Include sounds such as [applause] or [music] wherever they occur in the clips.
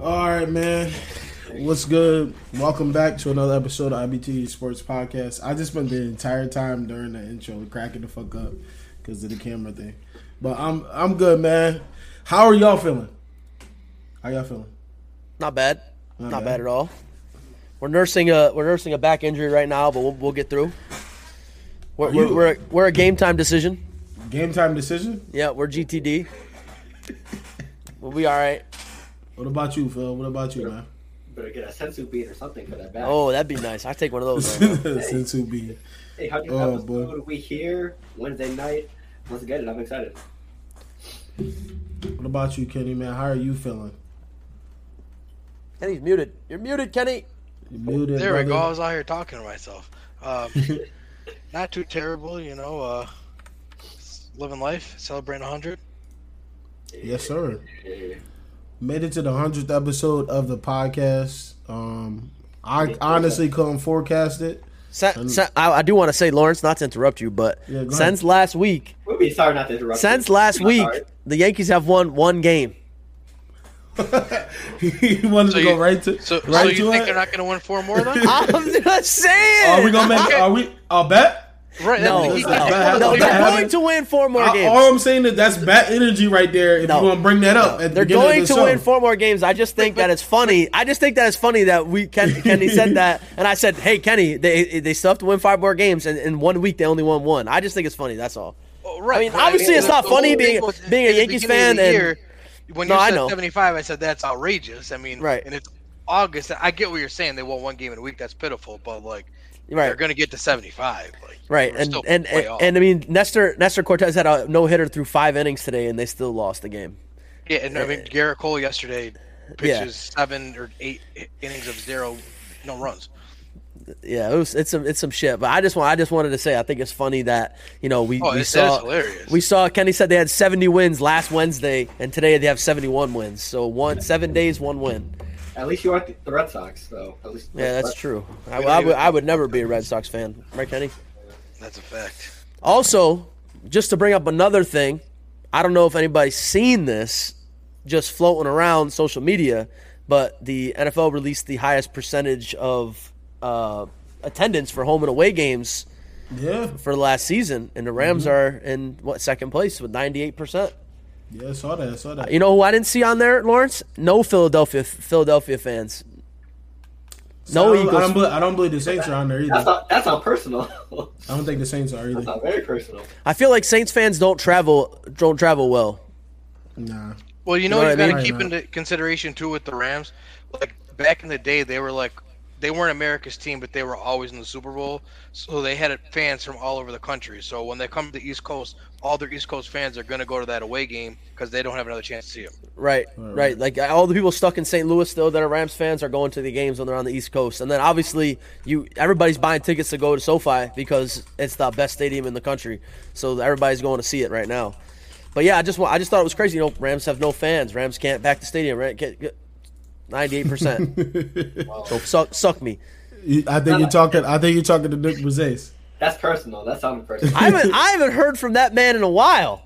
All right, man. What's good? Welcome back to another episode of IBT Sports Podcast. I just spent the entire time during the intro cracking the fuck up because of the camera thing. But I'm I'm good, man. How are y'all feeling? How y'all feeling? Not bad. Not Not, bad. bad. at all. We're nursing a we're nursing a back injury right now, but we'll, we'll get through. We're, we're, you- we're, we're a game time decision. Game time decision? Yeah, we're GTD. we'll be all right. What about you, Phil? What about you, man? [laughs] Better get a sensu bean or something for that back. Oh, that'd be nice. I take one of those. [laughs] right now. Since who be? hey, how do you oh, episode boy. we here Wednesday night? Let's get it. I'm excited. What about you, Kenny, man? How are you feeling? Kenny's muted. You're muted, Kenny. You muted, There we go. I brother? was out here talking to myself. Um, [laughs] not too terrible, you know. Uh, s- living life, celebrating 100. Yes, sir. Hey, Made it to the hundredth episode of the podcast. Um, I honestly couldn't forecast it. [laughs] Sen- sen- I, I do want to say, Lawrence, not to interrupt you, but Yeah, go ahead. since last week, We'll be sorry not to interrupt. since you. last I'm week, sorry. the Yankees have won [laughs] one game. he wanted So to you, go right to so, so right you to think it. they're not going to win four more [laughs] then? I'm just saying. are we gonna make? Are we? I'll bet. right. no, that's- no, he- that no, happen? they're That going to win four more I, games. all I'm saying is that's bad energy right there. If No. you want to bring that up, at the They're beginning going of to the show. win four more games. I just think that it's funny. I just think that it's funny that [laughs] we Ken, Kenny said that, and I said, "Hey, Kenny, they they still have to win five more games, and in one week they only won one." I just think it's funny. That's all. oh, right. I mean, but obviously it's the- not the whole funny thing being- was in being a the Yankees beginning fan of the and- year, when No, you I said know. 75, I said that's outrageous. I mean, Right. And it's August. I get what you're saying. They won one game in a week. That's pitiful. But like, they're Right, going to get to 75. Like, right, we're and still and way and, off. I mean, Nestor Nestor Cortez had a no hitter through five innings today, and they still lost the game. Yeah, and I mean Garrett Cole yesterday Eh, Yeah. pitches seven or eight innings of zero, no runs. Yeah, it was, it's some it's some shit. But I just want I just wanted to say I think it's funny that you know we Oh, we it's- that is saw hilarious. we saw Kenny said they had seventy wins last Wednesday, and today they have seventy one wins. So one seven days, one win. At least you aren't the Red Sox, though. At least. Yeah, that's true. I, We don't I even- would, I would never be a Red Sox fan, right, Kenny? That's a fact. Also, just to bring up another thing, I don't know if anybody's seen this just floating around social media, but the NFL released the highest percentage of uh, attendance for home and away games Yeah, for last season, and the Rams are in what second place with ninety eight percent. yeah, I saw that. I saw that. You know who I didn't see on there, Lawrence? No Philadelphia Philadelphia fans. No I don't, I Eagles. don't, believe, I don't believe the Saints are on there That's either. not. That's not personal. [laughs] that's I don't think the Saints are either. [laughs] not very personal. I feel like Saints fans don't travel don't travel well. Nah. [laughs] Well, you know, know you what have I got to mean? keep Right, into consideration too with the Rams. Like back in the day, they were like they weren't America's team, but they were always in the Super Bowl, so they had fans from all over the country. So when they come to the East Coast, all their East Coast fans are going to go to that away game because they don't have another chance to see them. Right, Right, right, right. Like all the people stuck in St. Louis though that are Rams fans are going to the games when they're on the East Coast, and then obviously you everybody's buying tickets to go to SoFi because it's the best stadium in the country, so everybody's going to see it right now. But yeah, I just wa- I just thought it was crazy. You know, Rams have no fans. Rams can't back the stadium. Right, ninety-eight [laughs] percent. So suck, suck me. You- I think you're talking. I think you're talking to Nick Brzezis. That's personal. That sounded personal. [laughs] I haven't I haven't heard from that man in a while.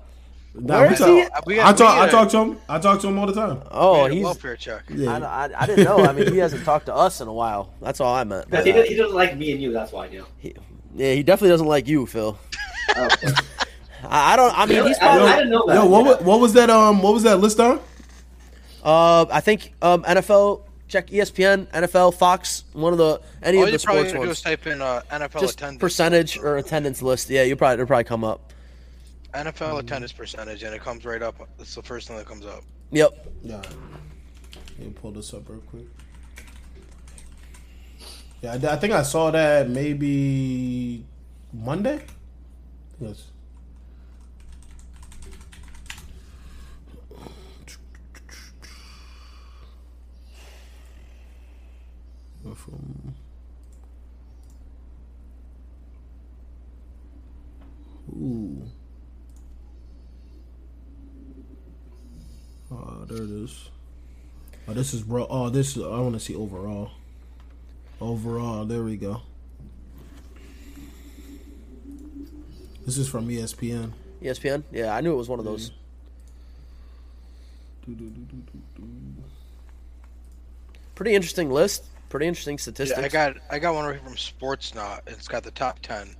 Nah, Where we is he? talk- We I got- talk. we I got- talk to him. I talk to him all the time. Oh, Made a he's. welfare check. Yeah. I, I, I didn't know. I mean, he hasn't talked to us in a while. That's all I meant. uh, by Because he, that. does- he doesn't like me and you. That's why. You know. He- yeah, he definitely doesn't like you, Phil. Oh, okay. I, I don't. I mean, Really? he's probably. I didn't know that. Yo, what, wa- what was that? Um, what was that list on? Uh, I think um, NFL. Check E ESPN, NFL, Fox, one of the any All of Oh, you the probably sports going to do is ones. type in uh, NFL Just attendance percentage or attendance list. Yeah, you probably it'll probably come up. NFL Mm. attendance percentage, and it comes right up. It's the first thing that comes up. Yep. Yeah. Let me pull this up real quick. Yeah, I, I think I saw that maybe Monday. Yes. From- Ooh. Oh, there it is. Oh, this is bro. Oh, this is. I want to see overall. Overall, there we go. This is from E ESPN. ESPN. Yeah, I knew it Mm-hmm. was one of those. Do, do, do, do, do, do. pretty interesting list. Pretty interesting statistics. Yeah, I got I got one right here from Sportsnot. It's got the top ten.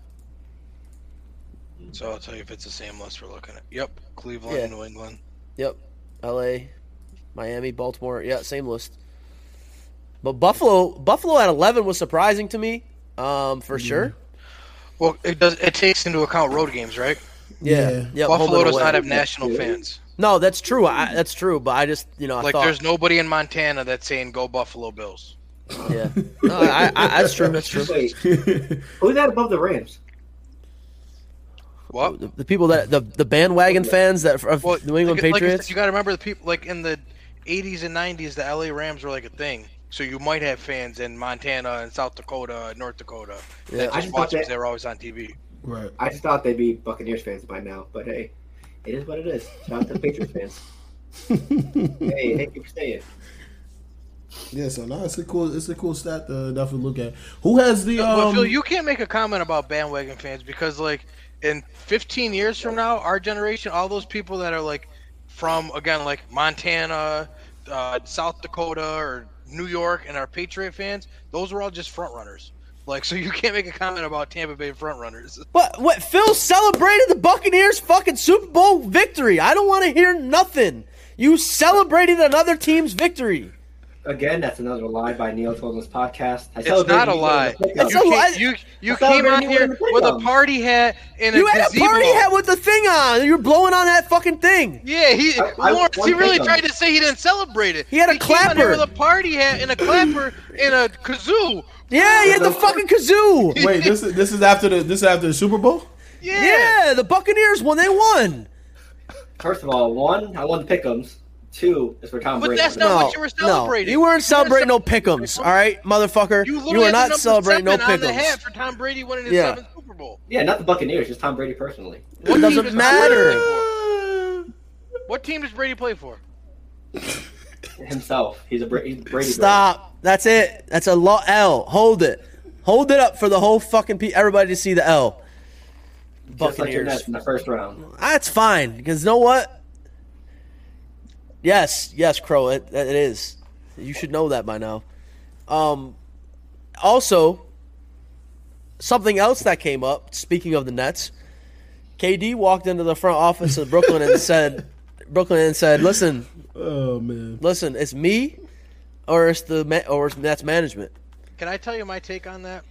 So I'll tell you if it's the same list we're looking at. Yep, Cleveland, Yeah. New England. Yep. LA, Miami, Baltimore. Yeah, same list. But Buffalo Buffalo at 11 was surprising to me. Um for sure. Well, it does. It takes into account road games, right? Yeah. Yeah. yeah. yep, home Buffalo and does away. not have national fans. No, that's true. I, that's true, but I just, you know, I Like, thought there's nobody in Montana that's saying "Go Buffalo Bills." yeah. No, I, I, that's true. That's true. Wait, who's that above the Rams? What? The, the people that the, the bandwagon fans that of Well, New England like- like I said, Patriots. you got to remember the people like in the '80s and '90s, the LA Rams were like a thing. So you might have fans in Montana and South Dakota, and North Dakota. Yeah. I that just just watch thought because that- they were always on TV. right. I just thought they'd be Buccaneers fans by now, but hey, it is what it is. Shout out to the Patriots fans. Hey, thank you for staying. [laughs] Yeah, so no, it's a cool, it's a cool stat to definitely look at. Who has the but um? Phil, you can't make a comment about bandwagon fans because, like, in 15 years from now, our generation, all those people that are like from again, like Montana, uh, South Dakota, or New York, and our Patriot fans, those were all just front runners. Like, so you can't make a comment about Tampa Bay front runners. But what Phil celebrated the Buccaneers fucking Super Bowl victory. I don't want to hear nothing. You celebrated another team's victory. Again, that's another lie by Neil told on this podcast. I It's celebrated not a you in the lie. You, pickup. It's a lie. came, you, you I thought came on Randy here wanted to play with a them. party hat and You a had a gazebo. party hat with the thing on. You were blowing on that fucking thing. Yeah, he I- I Lawrence, want he one really thing on tried it. to say he didn't celebrate it. He had a came on here clapper. with a party hat and a clapper and a kazoo. Yeah, you had the fucking [laughs] [laughs] kazoo. wait, this is this is after the this is after the Super Bowl. Yeah. Yeah, the Buccaneers when they won. First of all, one, I won the pickums. Two is for Tom But Brady. that's not No, what you were no, celebrating. you weren't celebrating no cel- pickums, all right, motherfucker. You, You, literally were had the not number celebrating no seven on the hat pickums. for Tom Brady winning his Yeah. seventh Super Bowl. yeah, not the Buccaneers, just Tom Brady personally. What It team doesn't does Tom matter. Brady play for? What team does Brady play for? Himself, he's a Bra- he's Brady. Brady. Stop. That's it. That's a low L. Hold it. Hold it up for the whole fucking pe- everybody to see the L. Just like your Buccaneers. Nets in the first round. That's fine because you know what? Yes, yes, Crow. It, it is. You should know that by now. Um, also, something else that came up. Speaking of the Nets, KD walked into the front office of Brooklyn and said, [laughs] "Brooklyn and said, listen, Oh man, listen, it's me, or it's the ma- or it's Nets management." Can I tell you my take on that?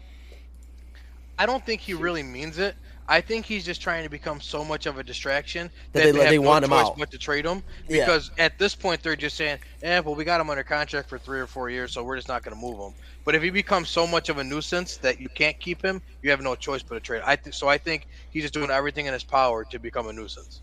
I don't think he really means it. I think he's just trying to become so much of a distraction That they let- have they no want him choice out. but to trade him. Yeah. Because at this point, they're just saying, "Eh, well, we got him under contract for three or four years, so we're just not going to move him." But if he becomes so much of a nuisance that you can't keep him, you have no choice but to trade. I th- so I think he's just doing everything in his power to become a nuisance.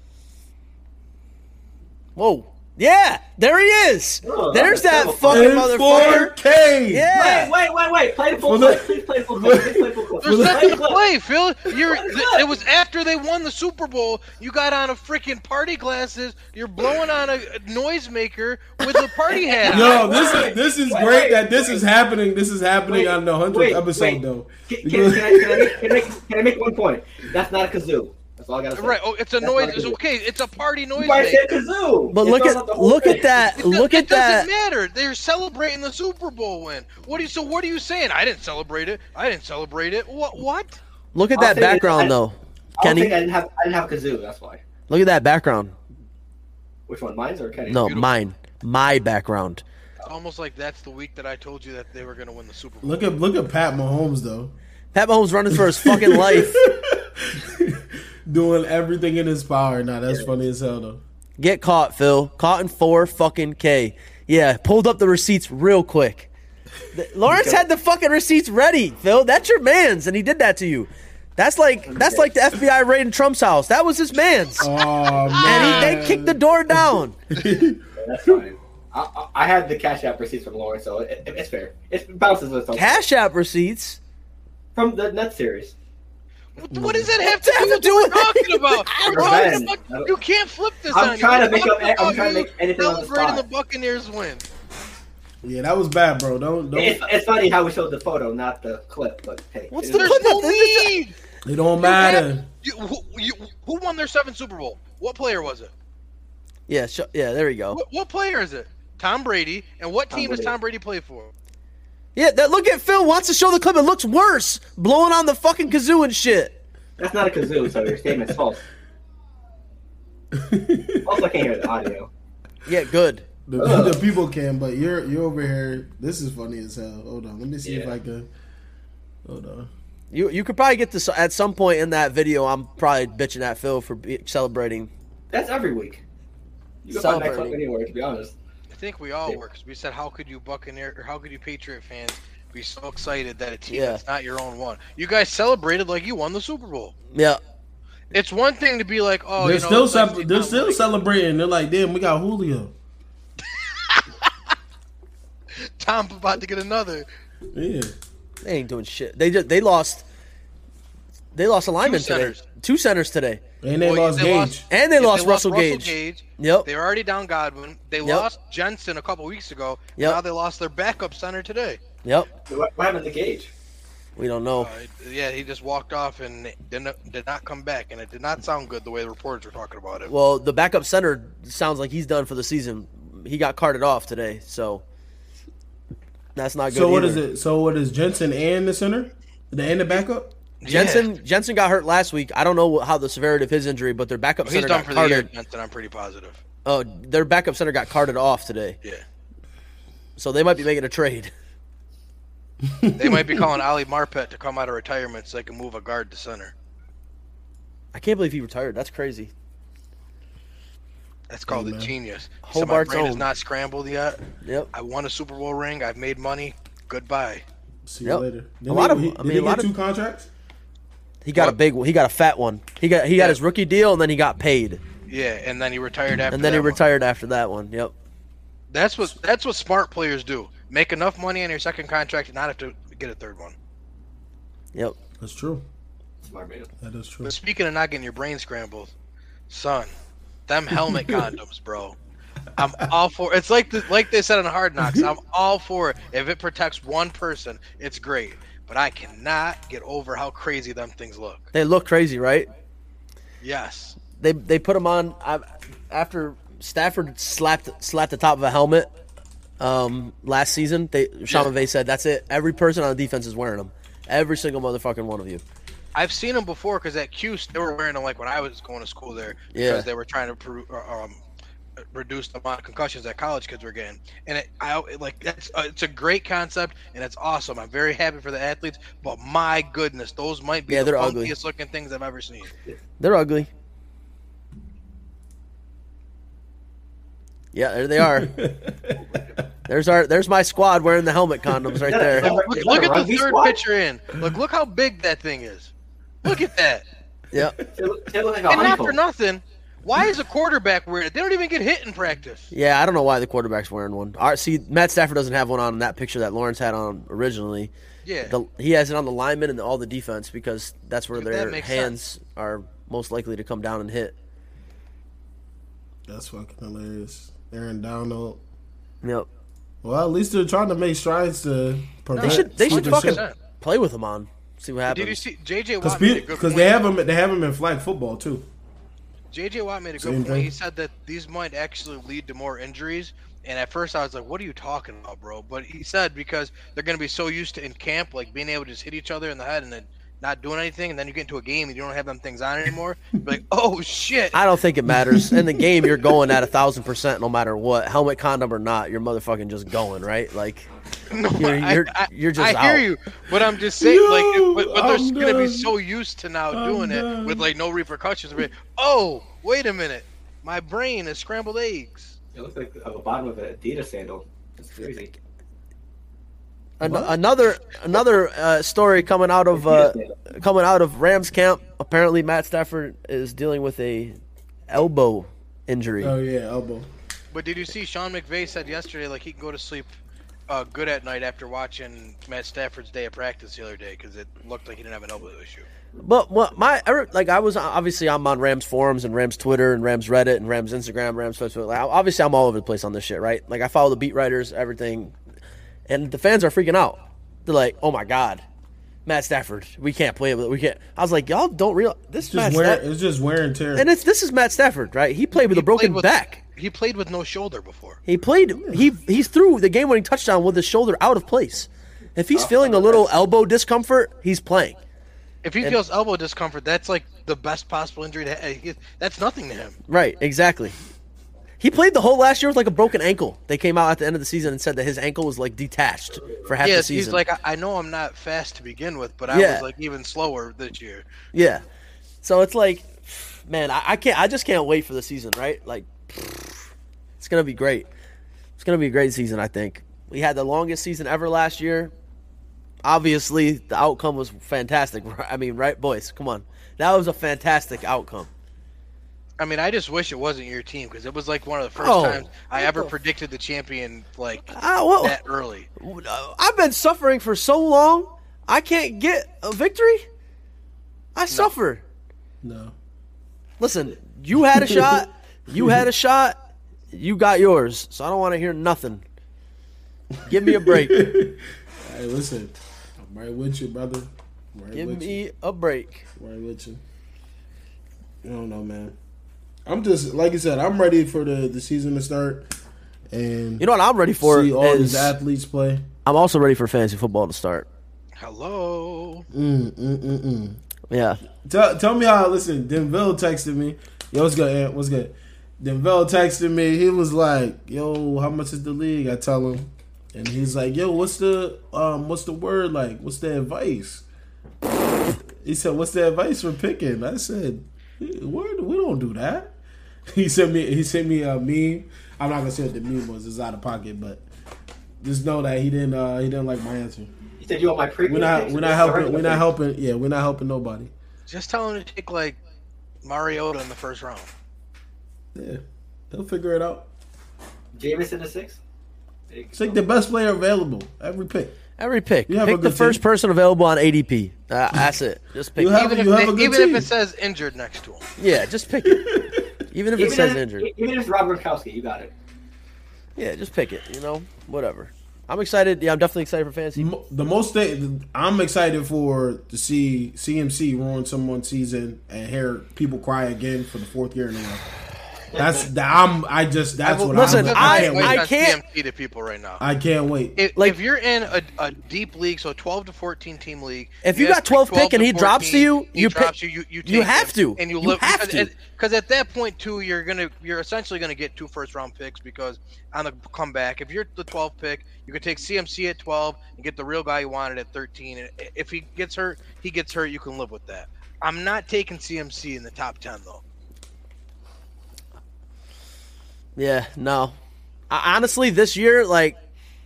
Whoa. Yeah, there he is. Oh, There's that that's fucking motherfucker. 4K. Yeah. Wait, wait, wait, wait! Play the full Well, clip. look- Please play the full clip. Please play the full clip. There's Play nothing the to clip. play, Phil. You're. Play the th- clip. it was after they won the Super Bowl. You got on a freaking party glasses. You're blowing on a a noisemaker with a party [laughs] hat. on. Yo, this is this is Wait, great wait, that this is happening. This is happening Wait, on the hundredth wait, episode wait. though. Can, can, can, I, can, [laughs] I make, can, I make, can I make one point? That's not a kazoo. That's all I gotta say. Right. Oh, it's a That's noise. not It's kazoo. okay. It's a party You guys noisemaker. said kazoo. But It look throws out the at whole look thing. at [laughs] that. It Look does- at that. It doesn't matter. They're celebrating the Super Bowl win. What do you? So what are you saying? I didn't celebrate it. I didn't celebrate it. What? What? Look at I'll that say this, background, I- though, I don't think I Kenny. didn't have I didn't have a kazoo. That's why. Look at that background. Which one? Mine's or Kenny? No, Beautiful. mine, my background. It's almost like that's the week that I told you that they were going to win the Super Bowl. Look at look at Pat Mahomes though, Pat Mahomes running for his fucking [laughs] life. [laughs] doing everything in his power. Now that's funny as hell though. Get caught, Phil. Caught in four fucking K. Yeah, pulled up the receipts real quick. [laughs] The- Lawrence had the fucking receipts ready, Phil. That's your man's, and he did that to you. That's like that's like the FBI raiding Trump's house. That was his man's, Oh man, and he, they kicked the door [laughs] down. That's fine. I, I, I had the cash app receipts from Lauren, so it, it- it's fair. It bounces with something. Cash App receipts. from the Nets series. What- What does Hmm. that have Does that to do have with to what do we're with talking about? anything? We're talking Revenge. I about- don't- You can't flip this I'm on you. trying to We're make up- talking I'm about trying to you make anything on the Celebrating the spot. Buccaneers [laughs] win. [laughs] yeah, that was bad, bro. Don't It's, don't. it's funny how we showed the photo, not the clip. But hey, What's it the is- There's Put no that- this is- need. It don't You matter. have- you- who, you- who won their seventh Super Bowl? What player was it? Yeah, sh- yeah. There we go. What, what player is it? Tom Brady, and what Tom team does Brady. Tom Brady play for? Yeah, that look at Phil wants to show the clip. It looks worse, blowing on the fucking kazoo and shit. That's not a kazoo, so your statement's false. [laughs] Also, I can't hear the audio. Yeah, good. The, Ugh. the people can, but you're you're over here. This is funny as hell. Hold on, let me see if Yeah. I can. Hold on. You you could probably get this at some point in that video. I'm probably bitching at Phil for be, celebrating. That's every week. You can find that clip Celebrating. anywhere, to be honest. I think we all Yeah. were 'cause we said, how could you Buccaneer or how could you Patriot fans be so excited that a team Yeah. that's not your own won? You guys celebrated like you won the Super Bowl. Yeah, It's one thing to be like, oh, they're you know, still it's nice cel- to see they're Tom still Brady. celebrating. They're like, damn, we got Julio. Tom about to get another. Yeah, they ain't doing shit. They just they lost. They lost a lineman today. centers. Two centers today, and they Well, lost they Gage. lost- and they, Yeah, lost, Russell, Gage. Yep. They were already down Godwin. They Yep. lost Jensen a couple weeks ago. Yep. Now they lost their backup center today. Yep. So What what happened to Gage? We don't know. Uh, yeah, he just walked off and did not, did not come back, and it did not sound good the way the reporters were talking about it. Well, the backup center sounds like he's done for the season. He got carted off today, so that's not good. So what either. is it? So what is Jensen and the center, the and the backup? Jensen Jensen got hurt last week. I don't know what, how the severity of his injury, but their backup Yeah. Oh, he's center done got for the year, carted. Jensen. I'm pretty positive. Oh, their backup center got carted off today, Yeah, so they might be making a trade. they might be calling Ali Marpet to come out of retirement so they can move a guard to center. I can't believe he retired. That's crazy. That's called the man. genius. Hobart's so my brain is own. not scrambled yet. Yep. I won a Super Bowl ring. I've made money. Goodbye. See you Yep. later. A lot of- he, I did mean, he a lot get of- two contracts? He got a What? big one. He got a fat one. He got he got Yeah. his rookie deal and then he got paid. Yeah, and then he retired after. And then he that one. retired after that one. Yep. That's what that's what smart players do. Make enough money on your second contract and not have to get a third one. Yep. That's true. Smart man. That is true. But speaking of not getting your brain scrambled, son, [laughs] them helmet condoms, bro. I'm all for it's like the, like they said on Hard [laughs] Knocks. I'm all for it. If it protects one person, it's great. But I cannot get over how crazy them things look. They look crazy, right? Yes. They they put him on I, after Stafford slapped slapped the top of a helmet um, last season. They Sean McVay said that's it. Every person on the defense is wearing them. Every single motherfucking one of you. I've seen them before because at Cuse they were wearing them like when I was going to school there Yeah. because they were trying to pro- or, um, reduce the amount of concussions that college kids were getting. And it, I it, like that's uh, it's a great concept and it's awesome. I'm very happy for the athletes, but my goodness, those might be Yeah, the they're funkiest ugly. looking things I've ever seen. They're ugly. Yeah, there they [laughs] are. there's our there's my squad wearing the helmet condoms right [laughs] Yeah. there. Look, Is that look a at the rugby third squad? picture in. Look, look how big that thing is. Look at that. [laughs] Yeah. It look- it looked like a and not for honeycomb. nothing. Why is a quarterback wearing it? They don't even get hit in practice. Yeah, I don't know why the quarterback's wearing one. All right, see, Matt Stafford doesn't have one on in that picture that Lawrence had on originally. Yeah. The, he has it on the linemen and all the defense because that's where Dude, that their makes hands are most likely to come down and hit. [laughs] That's fucking hilarious. Aaron Donald. Yep. Well, at least they're trying to make strides to prevent. They should they should stupid fucking shit. 100%. play with him on. See what happens. Did you see JJ Cause, Watt made a pe- good 'cause point. they have them. They have them in flag football too. JJ Watt made a good Same point. thing. He said that these might actually lead to more injuries. And at first I was like, what are you talking about, bro? But he said because they're going to be so used to in camp, like being able to just hit each other in the head and then not doing anything. And then you get into a game and you don't have them things on anymore. You're like, oh, shit. [laughs] I don't think it matters. In the game, you're going at a thousand percent no matter what, helmet, condom or not. You're motherfucking just going right. Like No, You're- I- you're- I, you're just I hear out. you, but I'm just saying, Yo, like, but, but they're I'm going to be done. so used to now I'm doing done. it with like no repercussions. We're like, Oh, wait a minute, my brain is scrambled eggs. It looked like the bottom of an Adidas sandal. That's crazy. an- What? another another uh, story coming out of uh, coming out of Rams camp. Apparently, Matt Stafford is dealing with a elbow injury. Oh yeah, elbow. But did you see Sean McVay said yesterday, like he can go to sleep uh, good at night after watching Matt Stafford's day of practice the other day because it looked like he didn't have an elbow issue. But what my I re- like I was obviously I'm on Rams forums and Rams Twitter and Rams Reddit and Rams Instagram, Rams Facebook. Like, obviously I'm all over the place on this shit, right? Like I follow the beat writers, everything, and the fans are freaking out. They're like, "Oh my god, Matt Stafford, we can't play with it. We can't." I was like, "Y'all don't real this Just Matt wear. Stafford, It's just wear and tear. and it's this is Matt Stafford, right? He played with a broken played with- back. he played with no shoulder before. He played. He he threw the game-winning touchdown with his shoulder out of place. If he's feeling a little elbow discomfort, he's playing. If he feels elbow discomfort, that's like the best possible injury. To ha- that's nothing to him. Right. Exactly. He played the whole last year with like a broken ankle. They came out at the end of the season and said that his ankle was like detached for half the Yes, season. he's like, I, I know I'm not fast to begin with, but I Yeah. was like even slower this year. Yeah. So it's like, man, I, I can't. I just can't wait for the season, right? Like, it's gonna be great. It's gonna be a great season. I think we had the longest season ever last year. Obviously, the outcome was fantastic. [laughs] I mean, right, boys? Come on, that was a fantastic outcome. I mean, I just wish it wasn't your team because it was like one of the first Oh. times I ever predicted the champion like Ah, well- that early. Uh, I've been suffering for so long. I can't get a victory. I suffer. No. Listen, you [laughs] had a shot. You had a shot. You got yours. So I don't want to hear nothing. Give me a [laughs] break. Hey, listen. I'm right with you, brother. I'm right Give with you. me a break. Right with you. I don't know, man. I'm just like you said. I'm ready for the, the season to start, and You know what I'm ready for? see all Is, these athletes play. I'm also ready for fantasy football to start. Hello, Mm, mm, mm, mm. Yeah. Tell, tell me how. Listen, Denville texted me. Yo, what's good? Ant? What's good? Denville texted me. He was like, "Yo, how much is the league?" I tell him, and he's like, "Yo, what's the um, what's the word like? What's the advice?" He said, "What's the advice for picking?" I said, "Word, we don't do that." [laughs] He sent me. He sent me a meme. I'm not gonna say what the meme was. It's out of pocket, but just know that he didn't. Uh, he didn't like my answer. You said you want my preview. We're not. picks, We're but not sorry, helping. We're not okay. helping. Yeah, we're not helping nobody. just tell him to take like Mariota in the first round. Yeah, he'll figure it out. Jamison to six. It's like the best player available every pick. [laughs] Every pick. You have a Pick the good first team. person available on ADP. Uh, that's it. Just pick You it. have- Even, if, you have a they- good even team. if it says injured next to him, yeah, just pick it. Even if it Even says if, injured. even if it's Rob Gronkowski, you got it. Yeah, just pick it. You know, whatever. I'm excited. Yeah, I'm definitely excited for fantasy. Mo- The most thing I'm excited for to see CMC ruin someone's season and hear people cry again for the fourth year in a row. That's the, I'm. I just that's what. Listen, I'm, That's I- can't why wait. he's I on can't- CMC to people right now. I can't wait. if, Like- if you're in a, a deep league, so 12 to 14 team league, If you have got to 12 pick and he 12 drops to you, he you drops pick- you, you, you, you take have him, to. and you, You live, have because to. At, because at that point too, you're gonna you're essentially gonna get two first round picks because on the comeback, if you're the 12 pick, you could take CMC at 12 and get the real guy you wanted at 13. And if he gets hurt, he gets hurt. You can live with that. I'm not taking CMC in the top 10 though. Yeah, no. I, honestly, this year, like,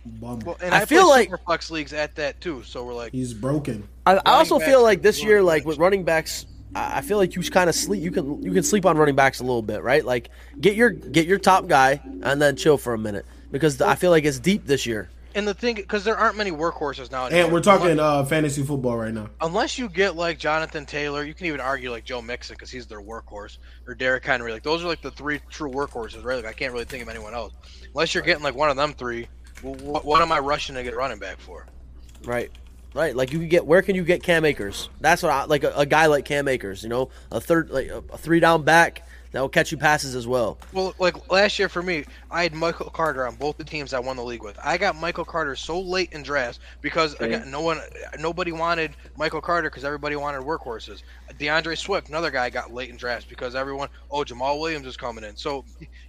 Bum. Well, and I I, feel play like- super flex leagues at that too. So we're like, He's broken. I, I also backs feel are like this good year, running like backs. with running backs, I I feel like you kind of sleep. You can you can sleep on running backs a little bit, right? Like get your get your top guy and then chill for a minute because I feel like it's deep this year. and the thing because there aren't many workhorses now. anymore. And we're talking uh, fantasy football right now. unless you get like Jonathan Taylor, you can even argue like Joe Mixon because he's their workhorse, or Derrick Henry. Like those are like the three true workhorses, right? Like I can't really think of anyone else. Unless you're getting like one of them three, what, what am I rushing to get running back for? Right. Right. Like you could get where can you get Cam Akers? That's what I like a, a guy like Cam Akers, you know, a third like a, a three down back that will catch you passes as well. Well, like last year for me, I had Michael Carter on both the teams I won the league with. I got Michael Carter so late in drafts because again, no one, nobody wanted Michael Carter because everybody wanted workhorses. DeAndre Swift, another guy, got late in drafts because everyone, oh, Jamal Williams is coming in. So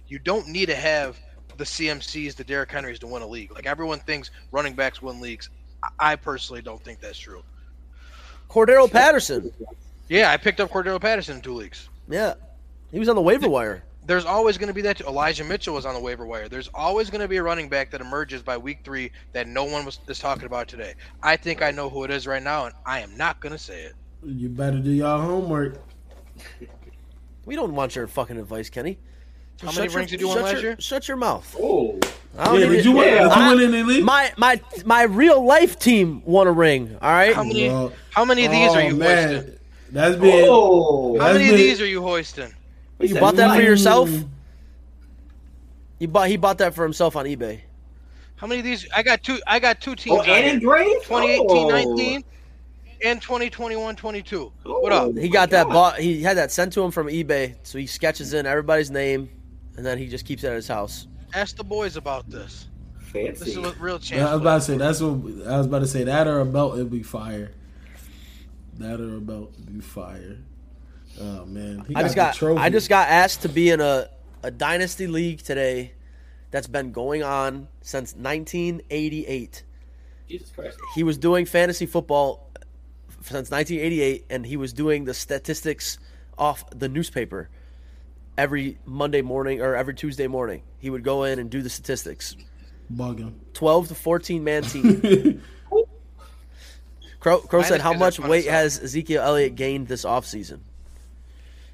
you don't need to have the CMCs, the Derrick Henrys to win a league. Like everyone thinks running backs win leagues. I- I personally don't think that's true. Cordero Patterson. Yeah, I picked up Cordero Patterson in two leagues. Yeah. He was on the waiver wire. there's always going to be that. Elijah Mitchell was on the waiver wire. There's always going to be a running back that emerges by week three that no one was is talking about today. I think I know who it is right now, and I am not going to say it. You better do y'all homework. We don't want your fucking advice, Kenny. How many rings did you win last your, year? Shut your mouth. Oh, I don't Yeah, need did to- you win? yeah. Did you I- win in the league? My my my real life team won a ring. All right. How many? Well, how many of these oh, are you hoisting? man, that's been. oh! How that's many of been- these are you hoisting? you bought that for Mine. yourself? He bought he bought that for himself on eBay. How many of these? I got two. I got two teams. Oh, on here. and engraved. 2018, 19, Oh. and 2021, 22. What up? Oh. He got that God. bought. He had that sent to him from eBay. So he sketches in everybody's name, and then he just keeps it at his house. Ask the boys about this. This Fancy. is what real I chance. was about to say that's what I was about to say. That or a belt, it'd be fire. That or a belt, would be fire. Oh man, he I just the got trophy. I just got asked to be in a, a dynasty league today that's been going on since 1988. Jesus Christ. He was doing fantasy football since 1988 and he was doing the statistics off the newspaper every Monday morning or every Tuesday morning. He would go in and do the statistics. bugging. [laughs] 12 to 14 man [laughs] team. Crow, Crow said, How Dynasties are much fun weight as has Ezekiel Elliott gained this offseason?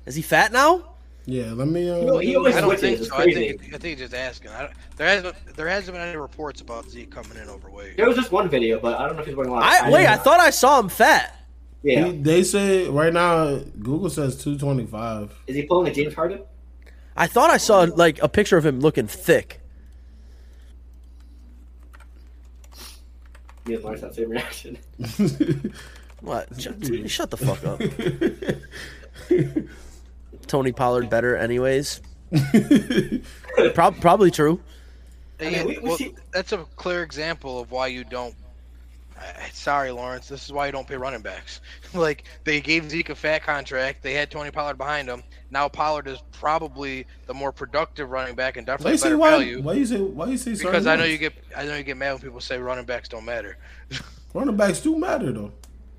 Is he fat now? yeah, let me. Uh, know, he always- I don't Which think is so. I think crazy. I think he's just asking. I don't, there hasn't there hasn't been any reports about Zeke coming in overweight. There was just one video, but I don't know if he's wearing a lot. of I size. wait, I thought I saw him fat. he- Yeah. they say right now Google says two twenty [laughs] five. Is he pulling a James Harden? I thought I saw like a picture of him looking thick. He has Lawrence that same reaction. [laughs] What? Shut, dude, shut the fuck up. Tony Pollard better, anyways. Prob- probably true. mean, Yeah, we- we well, see- that's a clear example of why you don't. I- Sorry, Lawrence. This is why you don't pay running backs. [laughs] like they gave Zeke a fat contract. They had Tony Pollard behind him. Now Pollard is probably the more productive running back and Why definitely you better say why? value. Why you say why you say? Because I know you get I know you get mad when people say running backs don't matter. [laughs] running backs do matter though.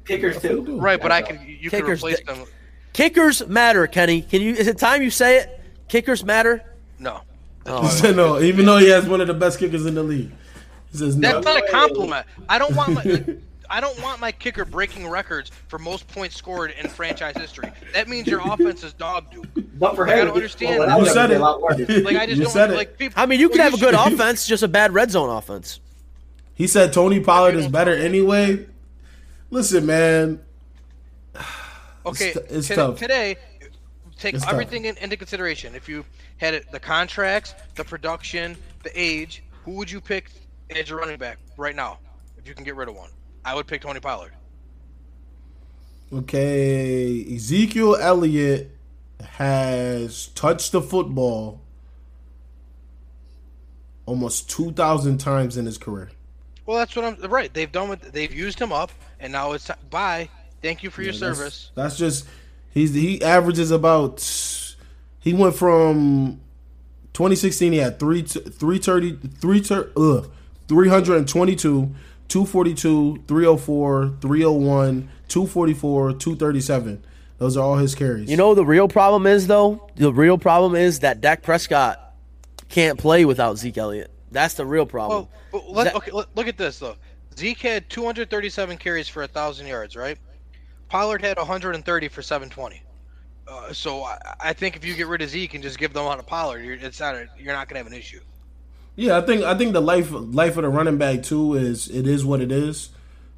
Kickers They too. do. Right, but I can you can Kickers replace dick. them. Kickers matter, Kenny. Can you? Is it time you say it? Kickers matter. [laughs] No, He Oh, said no, even though he has one of the best kickers in the league. He says no. that's not a compliment. I don't want [laughs] my. I don't want my kicker breaking records for most points scored in franchise history. That means your offense is dog duke. But for Like, I him, don't understand. well, You I you would said say it. a [laughs] lot worse. Like I just you don't said it. like people. I mean, you well, could have a good [laughs] should- offense, just a bad red zone offense. He said Tony Pollard is better anyway. Listen, man. Okay, t- it's today, tough. today, take It's tough. everything in, into consideration. If you had it, the contracts, the production, the age, who would you pick as your running back right now if you can get rid of one? I would pick Tony Pollard. Okay, Ezekiel Elliott has touched the football almost two thousand times in his career. Well, that's what I'm right. They've done with they've used him up, and now it's bye. Thank you for your That's- service. That's, just he's he averages about he went from 2016 he had 3 330 three tur- ugh, 322 242 304 301 244 237 those are all his carries You know, the real problem is though. The real problem is that Dak Prescott can't play without Zeke Elliott. That's the real problem. Well, but let, Zach- okay, look, look at this though. Zeke had 237 carries for thousand yards, right? Pollard had 130 for 720. Uh, so I, I think if you get rid of Zeke and just give them on to Pollard, you're, it's not a, you're not gonna have an issue. Yeah, I think I think the life life of the running back too is it is what it is.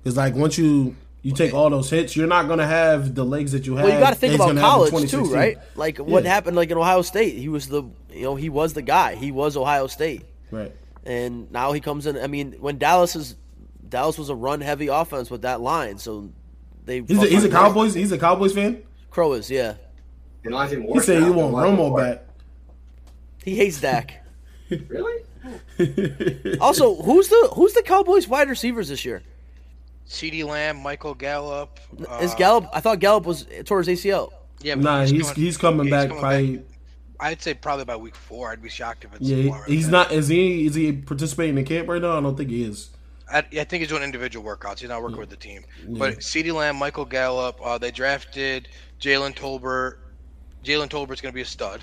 It's like once you you take all those hits, you're not gonna have the legs that you had. Well, you got to think that he's gonna about have in college too, 2016. right? Like what Yeah. happened, like in Ohio State, he was the you know he was the guy. He was Ohio State, Right. and now he comes in. I mean, when Dallas is Dallas was a run heavy offense with that line, so they He's a, he's a Cowboys. He's a Cowboys fan. Crow is yeah. And Lon's even He worse. said now he than want Lon's Romo before. back. He hates Dak. Really? also, who's the who's the Cowboys wide receivers this year? C.D. Lamb, Michael Gallup. Uh, Is Gallup? I thought Gallup was towards ACL. Yeah, [laughs] but Nah, he's coming- he's coming yeah, back. probably. I'd say probably by week four. I'd be shocked if it's Yeah, longer he- than he's that. not. Is he is he participating in camp right now? I don't think he is. I, I think he's doing individual workouts. He's not working with the team. But CeeDee Lamb, Michael Gallup, uh, they drafted Jalen Tolbert. Jalen Tolbert's going to be a stud.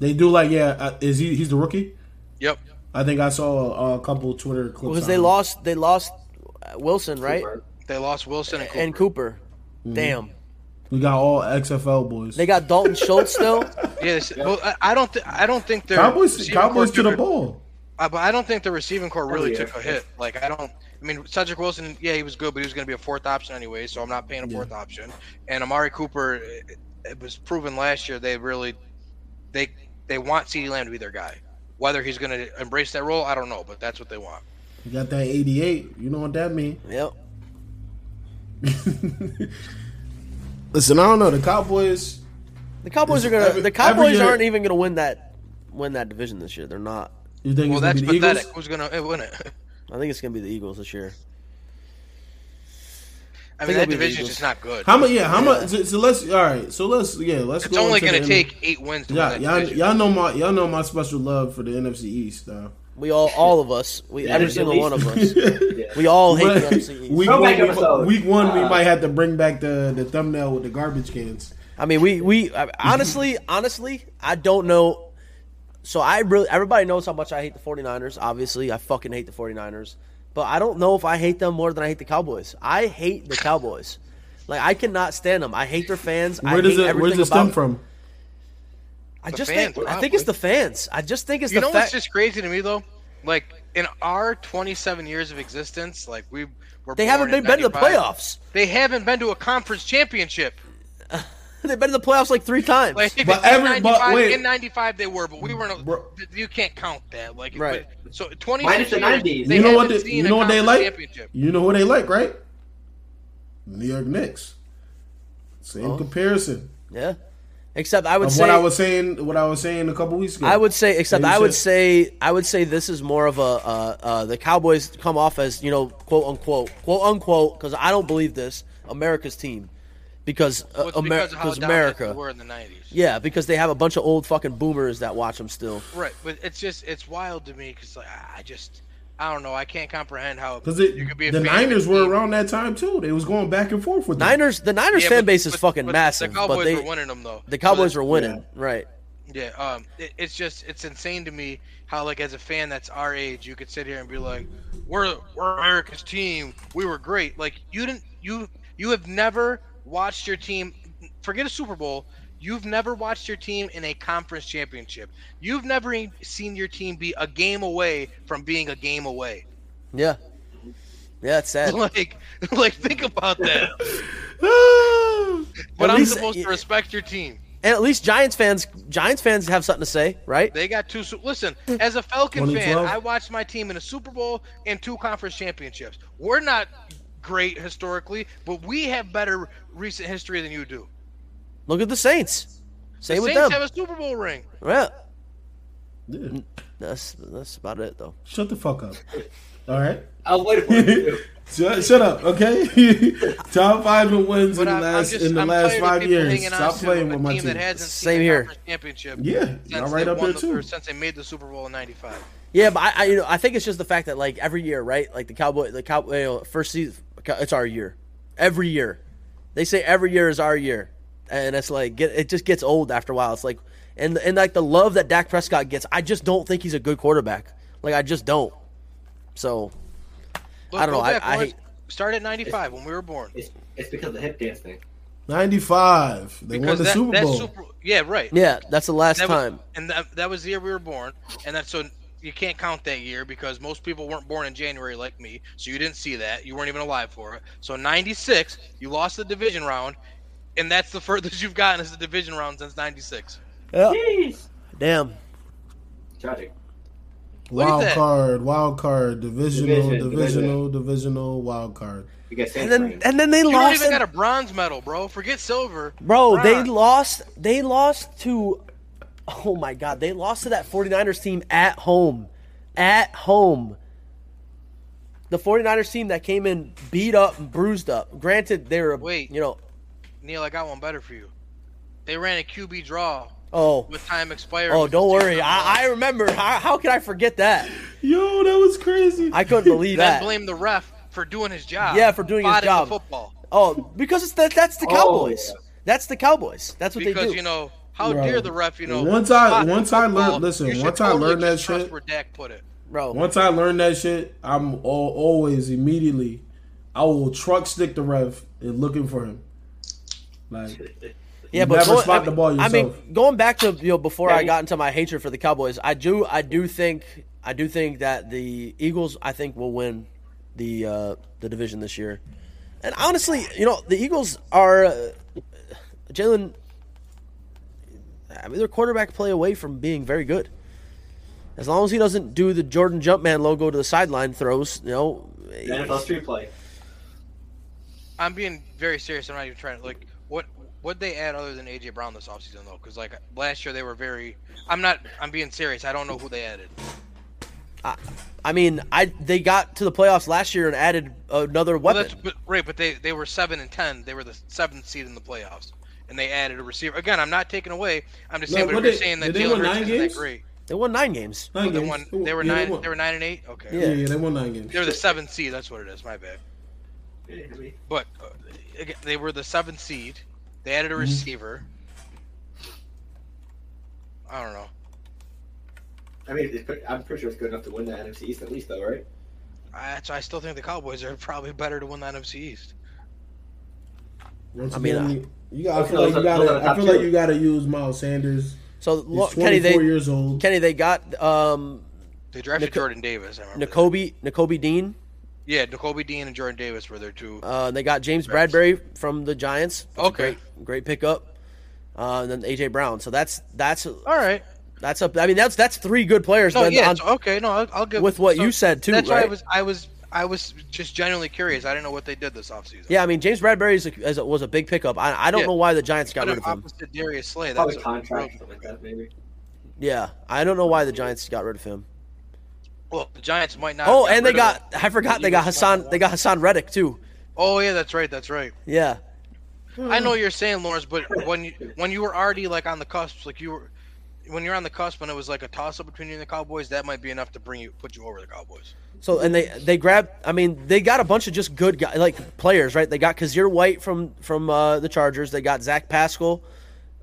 They do like yeah. uh, Is he? He's the rookie. Yep. I think I saw a couple Twitter clips Because on they him. lost, they lost uh, Wilson, right? They lost Wilson and Cooper. And Cooper. Damn, We got all XFL boys. they got Dalton Schultz still. Yeah, they s- well, I- I don't. Th- I don't think they're Cowboys. Cowboys to the ball. Uh, Oh, But I don't think the receiving core really yeah. took a hit. Like I don't. I mean, Cedric Wilson. Yeah, he was good, but he was going to be a fourth option anyway. So I'm not paying a fourth option. And Amari Cooper, it, it was proven last year. They really, they they want CeeDee Lamb to be their guy. Whether he's going to embrace that role, I don't know, but that's what they want. You got that 88. You know what that mean? Yep. Listen, I don't know. The Cowboys. The Cowboys are gonna. Every- the every Cowboys year- aren't even gonna win that win that division this year. They're not. You think Well, it's gonna that's be the Eagles? pathetic. Who's gonna [laughs] eh, win it? I think it's gonna be the Eagles this year. I think mean, it'll that be the division's Eagles. just not good. How much? Yeah, how much? So, so let's. All right. So let's. Yeah, let's. It's go only into gonna the take eight wins to Yeah, win that y'all, division. y'all know my y'all know my special love for the NFC East. [laughs] Though. We all, all of us, we every at single least- one of us, week Yeah. we all [laughs] hate the one, NFC East. week Come one, back we, episode. week one we Uh, might have to bring back the, the thumbnail with the garbage cans. I mean, we we I- honestly, honestly, I don't know. So I really everybody knows how much I hate the 49ers. Obviously, I fucking hate the 49ers. But I don't know if I hate them more than I hate the Cowboys. I hate the Cowboys. Like I cannot stand them. I hate their fans. I Where does hate it Where does everything it stem about- from? I The just fans, think I think it's probably. the fans. I just think it's You the know fa- what's just crazy to me though? Like in our 27 years of existence, like we were they born haven't in been, been to the 95. playoffs. They haven't been to a conference championship. They've been to the playoffs like three times. Like in But every- but 95 wait. in 95 they were, but we weren't. Bro. You can't count that. Like it- Right. but- So 20 Minus the 90s. They You know what haven't they- seen you a know what they conference like? Championship. You know who they like, right? New York Knicks. Same Oh. comparison yeah. Except I would of say what I was saying. What I was saying a couple weeks ago. I would say, except Yeah, you I would said- say, I would say this is more of a uh, uh, the Cowboys come off as you know, quote unquote, quote unquote, because I don't believe this America's team because uh, Well, it's Amer- because of how because dominant America, they were in the 90s. yeah, because they have a bunch of old fucking boomers that watch them still. Right, but it's just it's wild to me because like I just I don't know I can't comprehend how because you could be a the fan of a Niners were team- around that time too. They was going back and forth with them. Niners, the Niners Yeah, fan but- base is but- fucking but massive, The Cowboys but they, were winning them though. the Cowboys So were winning, right? Yeah, um, it, it's just it's insane to me how like as a fan that's our age, you could sit here and be like, "We're we're America's team. We were great." Like you didn't you you have never watched your team. Forget a Super Bowl. You've never watched your team in a conference championship. You've never e- seen your team be a game away from being a game away. [laughs] Yeah, yeah, it's sad. Like, like think about that. At But I'm least- supposed to respect your team. And at least Giants fans, Giants fans have something to say, right? They got two. Su- Listen, Hmm. as a Falcon fan, 2012? I watched my team in a Super Bowl and two conference championships. We're not great historically, but we have better recent history than you do. Look at the Saints. Same The with Saints them. have a Super Bowl ring. Yeah, [gasps] Yeah. that's that's about it though. Shut the fuck [laughs] up. All right. I'll wait for it. Shut, shut up, okay? [laughs] Top five in wins in the But I'm, I'm last just, in the I'm last tired of five people years. hanging on Stop to playing a with my team team. that hasn't seen Same a here. conference championship. yeah, Since y'all right they up won there the, too. or Since they made the Super Bowl in '95, Yeah, but I, I you know I think it's just the fact that like every year, right? Like the Cowboy, the Cow, you know, first season, it's our year. Every year, they say every year is our year, and it's like get, it just gets old after a while. It's like and and like the love that Dak Prescott gets, I just don't think he's a good quarterback. Like I just don't. So Look, I don't go know, I- back, I boys. hate- Start at '95 when we were born. It's, it's because of the hip dance thing. Ninety five. They won Because the that, Super that Bowl. Super, yeah, right. yeah, that's the last that was- time. and that, that was the year we were born, and that's so you can't count that year because most people weren't born in January like me, so you didn't see that. You weren't even alive for it. So '96, you lost the division round, and that's the [laughs] furthest you've gotten is the division round since '96. Yeah. Jeez. Damn. Tragic. at wild that. card, wild card, divisional, Division, divisional, divisional, wild card. You guys say And then and then they You don't lost. even in- got a bronze medal, bro. Forget silver, Bro, they Bronze. lost. They lost to. Oh my God, they lost to that 49ers team at home. At home. The 49ers team that came in beat up and bruised up. Granted, they were. Wait. You know. Neil. I got one better for you. They ran a QB draw Oh. with time expiring. Oh, don't worry. I, I remember. How, how could I forget that? Yo, that was crazy. I couldn't believe then that. blame the ref for doing his job. Yeah, for doing his Spotting the job. Football. Oh, because it's the, that's the Oh, Cowboys. yeah. That's the Cowboys. That's what because they do. you know how Bro. dare the ref. You know Once I- spot the once I learned- football, listen, you should once I learned just that trust shit- where Dak put it. Bro. Once I learned that shit, I'm all, always immediately, I will truck stick the ref and looking for him. Like Yeah, You but never going, spot I the mean- ball I mean, yourself. going back to you know before I Yeah. got into my hatred for the Cowboys, I do I do think I do think that the Eagles I think will win the uh, the division this year, and honestly, you know the Eagles are uh, Jalen. I mean, their quarterback play away from being very good. As long as he doesn't do the Jordan Jumpman logo to the sideline throws, you know, NFL street play. I'm being very serious. I'm not even trying to like what What they add other than AJ Brown this offseason though? Because like last year they were very. I'm not. I'm being serious. I don't know who they added. I mean, I they got to the playoffs last year and added another Well, weapon. that's but, right, but they they were seven and ten. They were the seventh seed in the playoffs, and they added a receiver. Again, I'm not taking away. I'm just No, saying, but what if you're they- saying that did they Taylor win Hurts nine isn't that games? great. they won nine games. Nine They games. won. They were Yeah, nine. won. They were nine and eight. Okay. Yeah, yeah, they won nine games. They were the seventh seed. That's what it is. My bad. Anyway, But uh, again, they were the seventh seed. They added a Mhm. receiver. I don't know. I mean, it's pre- I'm pretty sure it's good enough to win the NFC East at least, though, right? I, so I still think the Cowboys are probably better to win the NFC East. Once I mean, again, you got. I Okay, feel like those you are- those are got. the to I top feel like two. you got to use Miles Sanders. So He's look, Kenny, 24 they years old. Kenny, they got um, They drafted Nico- Jordan Davis. I remember. that. Nicobe Nicobe Dean. Yeah, Nicobe Dean and Jordan Davis were their two. Uh, and they got James Right. Bradbury from the Giants. That's a Okay. great, great pickup. Uh, and then AJ Brown. So that's that's All right. that's up. I mean, that's that's three good players. No, then yeah, on- so- okay, no, I'll, I'll give with what you said, too, That's why I right? was, I was, I was just genuinely curious. I didn't know what they did this offseason. yeah, I mean, James Bradbury is a, is a, was a big pickup. I, I don't Yeah. know why the Giants got Put rid him of him. opposite Darius Slay. That's Probably a- contract something like that, maybe. Yeah, I don't know why the Giants got rid of him. Well, the Giants might not. Oh, have and they rid of got I forgot they got Eagles signed Hassan. They got Hassan Reddick too. him. Oh yeah, that's right. That's right. Yeah, I Hmm. know what you're saying, Lawrence, but when you when you were already like on the cusp, like you were, when you're on the cusp and it was like a toss up between you and the Cowboys, that might be enough to bring you put you over the Cowboys. So and they they grabbed. I mean, they got a bunch of just good guy, like players, right? They got Kazir White from from uh, the Chargers. They got Zach Pascal.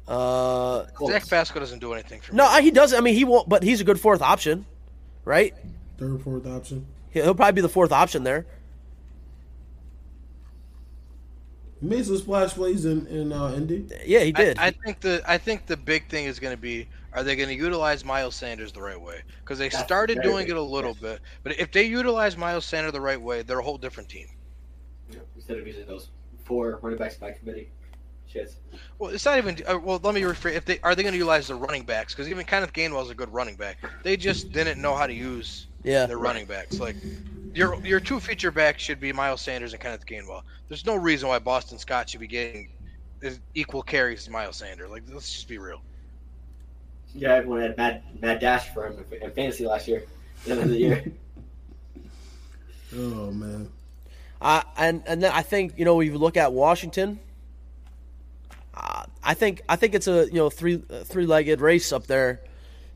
Uh, Colts. Zach Pasco doesn't do anything for me. no, I- he does. I mean, he won't. But he's a good fourth option, right? Third, fourth option. He- He'll probably be the fourth option there. He made some splash plays in in uh, Indy. Yeah, he I- did. I, think the I think the big thing is going to be are they going to utilize Miles Sanders the right way? Because they That's started very doing big, it a little yes. bit, but if they utilize Miles Sanders the right way, they're a whole different team. Yeah, Instead of using those four running backs by committee. Shit. Well, it's not even. Uh, well, let me rephrase. If they are they going to utilize the running backs? Because even Kenneth Gainwell's a good running back. They just didn't know how to use yeah, their running backs. Like your your two feature backs should be Miles Sanders and Kenneth Gainwell. There's no reason why Boston Scott should be getting as equal carries as Miles Sanders. Like let's just be real. Yeah, everyone had Mad, Mad Dash for him in fantasy last year. The end of the [laughs] year. Oh man. Uh, and and then I think you know when you look at Washington, uh, I think I think it's a you know three three legged race up there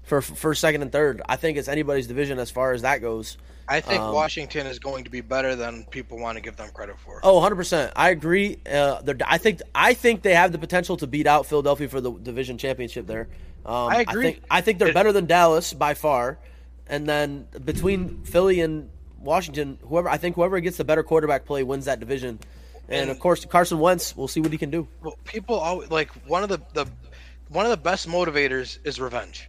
for for second and third. I think it's anybody's division as far as that goes. I think Um, Washington is going to be better than people want to give them credit for. Oh, 100 percent. I agree. Uh, they're- I think I think they have the potential to beat out Philadelphia for the division championship. There, um, I agree. I think, I think they're It- better than Dallas by far. And then between Philly and Washington, whoever I think whoever gets the better quarterback play wins that division. And, of And- course, Carson Wentz. We'll see what he can do. Well, people always like one of the, the one of the best motivators is revenge.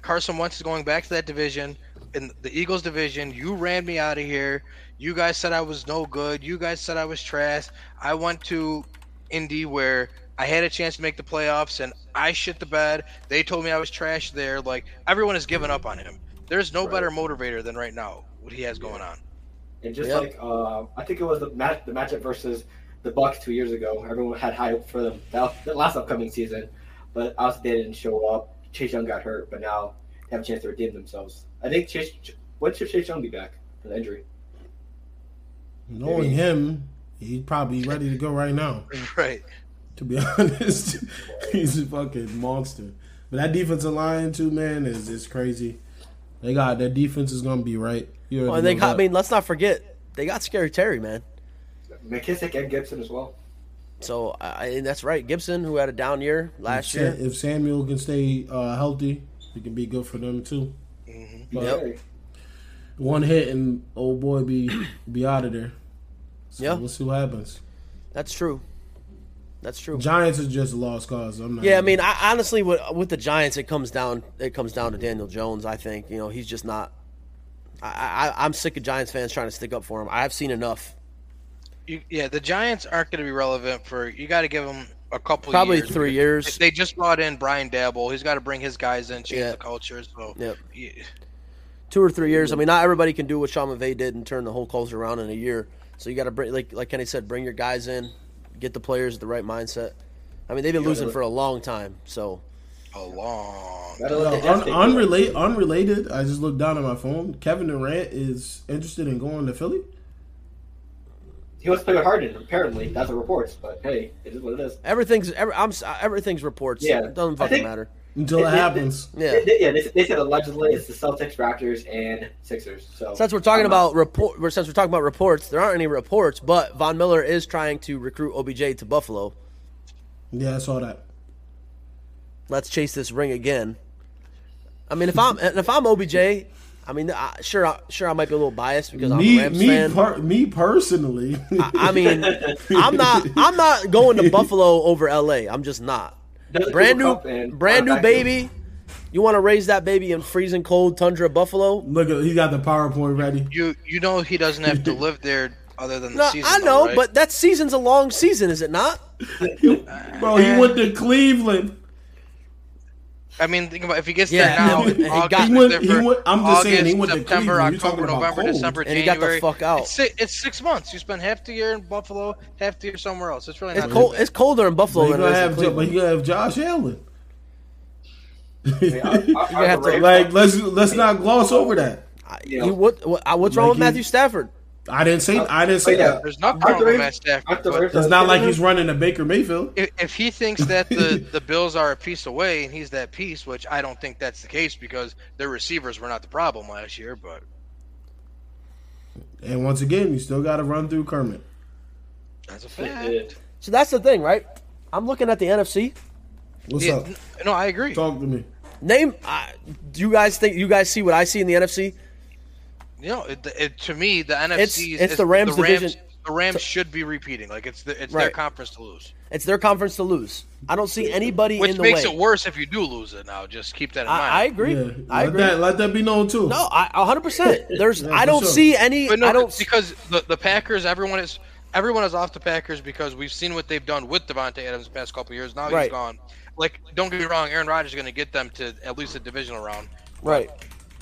Carson Wentz is going back to that division in the Eagles division. You ran me out of here. You guys said I was no good. You guys said I was trash. I went to Indy where I had a chance to make the playoffs and I shit the bed. They told me I was trash there. Like everyone has given up on him. There's no Right. better motivator than right now what he has going on. [laughs] And just Yep. like uh, I think it was the match, the matchup versus the Bucks two years ago, everyone had high hope for them that, that last upcoming season, but obviously they didn't show up. Chase Young got hurt, but now they have a chance to redeem themselves. I think Chase. Ch- When should Chase Young be back from the injury? Knowing him, he'd probably be ready to go right now. Right. To be [laughs] honest, he's a fucking monster. But that defensive line too, man, is is crazy. They got their defense is gonna be right. You already Well, and they know got. I that. mean, let's not forget they got Scary Terry, man. McKissick and Gibson as well. So I, and that's right. Gibson, who had a down year last Sa- year. If Samuel can stay uh, healthy, it can be good for them too. hmm Be Yep. very- One hit and old boy be be out of there. So Yeah. we'll see what happens. That's true. That's true. Giants is just a lost cause. I'm not. Yeah, I mean, I, honestly, with, with the Giants, it comes down it comes down to Daniel Jones. I think you know he's just not. I, I I'm sick of Giants fans trying to stick up for him. I've seen enough. You, yeah, the Giants aren't going to be relevant for. You got to give them a couple. Probably years. three years. They just brought in Brian Dabble. He's got to bring his guys in, change Yeah. the culture. So Yep. he- two or three years. I mean, not everybody can do what Sean McVay did and turn the whole culture around in a year. So you got to bring, like like Kenny said, bring your guys in, get the players the right mindset. I mean, they've been Yeah, losing they're- for a long time. So A long. Better No, let the Jets un- take it. unrelated, unrelated. I just looked down at my phone. Kevin Durant is interested in going to Philly. He wants to play with Harden. Apparently, that's the reports. But hey, it is what it is. everything's every, I'm s- everything's reports. Yeah. it doesn't I fucking think- matter. Until it happens, Yeah. They- they- yeah. They, they said allegedly it's the Celtics, Raptors, and Sixers. So Since we're talking I'm out. about report, we're- since we're talking about reports, there aren't any reports, but Von Miller is trying to recruit OBJ to Buffalo. yeah, I saw that. Let's chase this ring again. I mean, if I'm and if I'm OBJ, I mean, I, sure, I, sure, I might be a little biased because I'm a Me, Rams me, fan. per- me personally. I mean, I'm not, I'm not going to Buffalo over LA. I'm just not. Doesn't Brand Cooper new, Cup and brand new Arnott Baxter- baby. You want to raise that baby in freezing cold tundra Buffalo? [laughs] Look at he got the PowerPoint ready. [laughs] You you know he doesn't have [laughs] to live there other than the No, season. I though, know, right? but that season's a long season, is it not? Bro, he went to Cleveland. I mean, think about if he gets Yeah, there and he now. August, got- He went- he September, went- I'm just saying, he August, went to September, Cleveland. You're talking October, about November, cold. December, And he got the January. fuck out. It's, si- it's six months. You spend half the year in Buffalo, half the year somewhere else. It's really It's not. cold. It's colder in But Buffalo you than it gonna is in have, Jo- but Cleveland. you gonna have Josh Allen. [laughs] I mean, You have Ar- Ar- to, Arthur like Rae- let's let's not gloss over that. I- Yeah. you- what, what- I- what's wrong Like with he- Matthew Stafford? I didn't say I didn't say Oh, yeah. that. There's nothing Arthur wrong with Rae- Matt Stafford. Arthur but Rae- It's not like he's running a Baker Mayfield. if, if he thinks that the, the Bills are a piece away and he's that piece, which I don't think that's the case because their receivers were not the problem last year, but And once again, you still got to run through Kermit. that's a Yeah, fact. yeah. So that's the thing, right? I'm looking at the NFC. What's Yeah, up? n- no, I agree. Talk to me. Name. I do you guys think you guys see what I see in the NFC? You know, it, it, to me, the NFC It's- it's the Rams division. The Rams should be repeating. Like it's the, it's their Right. conference to lose, It's their conference to lose. I don't see anybody which in the makes way. it worse if you do lose it. Now, just keep that in mind. I, I agree. Yeah, I let agree. that let that be known too. No, I 100. percent [laughs] There's. Yeah, I for don't sure. see any. But no, I don't. s- because the, the Packers, everyone is everyone is off the Packers because we've seen what they've done with Devontae Adams the past couple years. Now Right. he's gone. Like, don't get me wrong, Aaron Rodgers is going to get them to at least a divisional round. Right.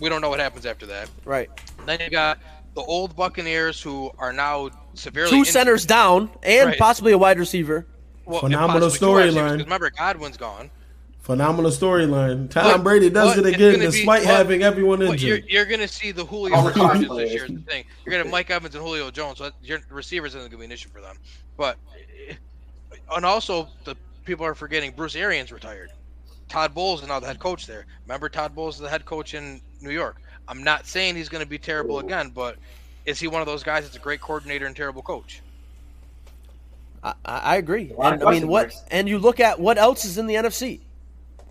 We don't know what happens after that. Right. Then you got the old Buccaneers who are now severely Two injured. centers down and Right. possibly a wide receiver. Well, Phenomenal and possibly two wide receivers, storyline. 'cause Remember, Godwin's gone. Phenomenal storyline. Tom But- Brady does but it it's again, gonna be- despite but- having everyone But you're, injured. you're going to see the Julio Oh, we're talking Rodgers players. this year. is The thing you're going to have Mike Evans and Julio Jones. So that- your receivers isn't going to be an issue for them. But and also the people are forgetting Bruce Arians retired. Todd Bowles is now the head coach there. Remember, Todd Bowles is the head coach in New York. I'm not saying he's going to be terrible again, but is he one of those guys that's a great coordinator and terrible coach? I, I I agree. lot of And, I mean, question what? marks. And you look at what else is in the NFC.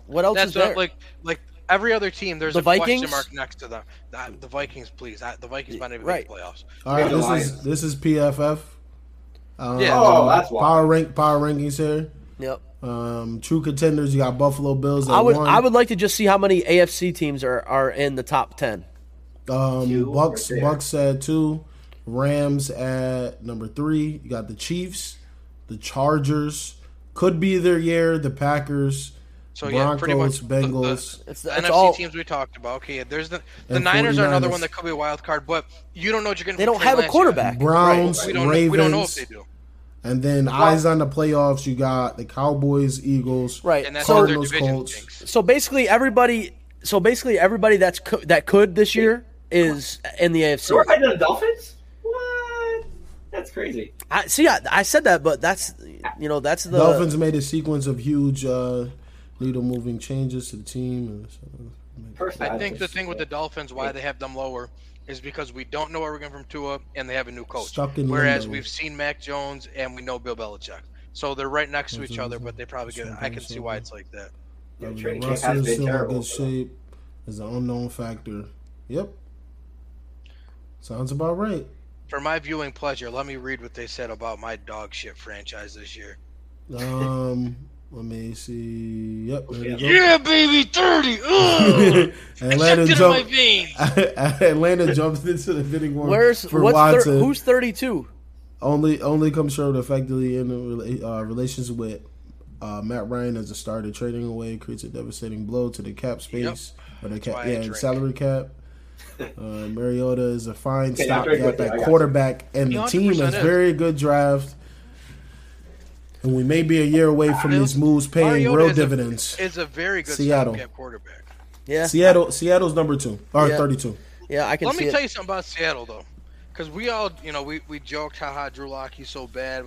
What else That's is there? what, like like every other team. There's The a Vikings? question mark next to them. The, the Vikings, please. Uh, The Vikings might not even Right. make the playoffs. All right, You're this lying. is this is PFF. Um, Yeah. Oh, that's why. power rank power rankings here. yep. Um, true contenders. You got Buffalo Bills. At I would. One. I would like to just see how many AFC teams are are in the top ten. Um, Two Bucks. right there. Bucks at two. Rams at number three. You got the Chiefs. The Chargers could be their year. The Packers. So yeah, pretty Broncos. much the- the- Bengals. It's, the it's NFC all. teams we talked about. Okay, there's the the And Niners are another 49ers. one that could be a wild card, but you don't know what you're getting. They from don't Trey have a Lance quarterback. Browns. yet. We don't, Ravens. know, we don't know if they do. And then eyes on the playoffs. You got the Cowboys. Eagles. Right. And that's So- how their Cardinals, division Colts. thinks. So basically, everybody. So basically, everybody that's co- that could this year is in the So we're AFC. fighting the Dolphins? What? That's crazy. I see. I, I said that, but that's you know that's the Dolphins made a sequence of huge uh, needle moving changes to the team. and so- Personally, I think the just- thing with the Dolphins, why they have them lower, is because we don't know where we're going from Tua, and they have a new coach. Stuck in Whereas limbo. we've seen Mac Jones and we know Bill Belichick, so they're right next to each other, but they probably get. I can see why it's like that. Yeah, I mean, training camp Russell has is been still in terrible. good for them. shape. Is an unknown factor. Yep. Sounds about right. For my viewing pleasure, let me read what they said about my dog shit franchise this year. Um, let me see. Yep. There you go. Yeah, baby, [laughs] thirty. Ugh. Atlanta Shit in my jump. veins. [laughs] Atlanta jumps into the bidding war where's for what's Watson. thir- who's thirty two. only only comes short effectively in the rela- uh, relations with uh, Matt Ryan as a starter. Trading away creates a devastating blow to the cap space or the why cap, I yeah, drink. salary [laughs] cap. Uh, Mariota is a fine Okay, I drink stopgap with you. I at got you. quarterback, and the team 100% is is. very good draft. and we may be a year away from these moves paying Mariota real is a- dividends. Is a very good Seattle. stopgap quarterback. Yeah, Seattle, Seattle's number two or Yeah. thirty-two. yeah, I can Let see me it. tell you something about Seattle though, because we all, you know, we, we joked how high Drew Lock he's so bad.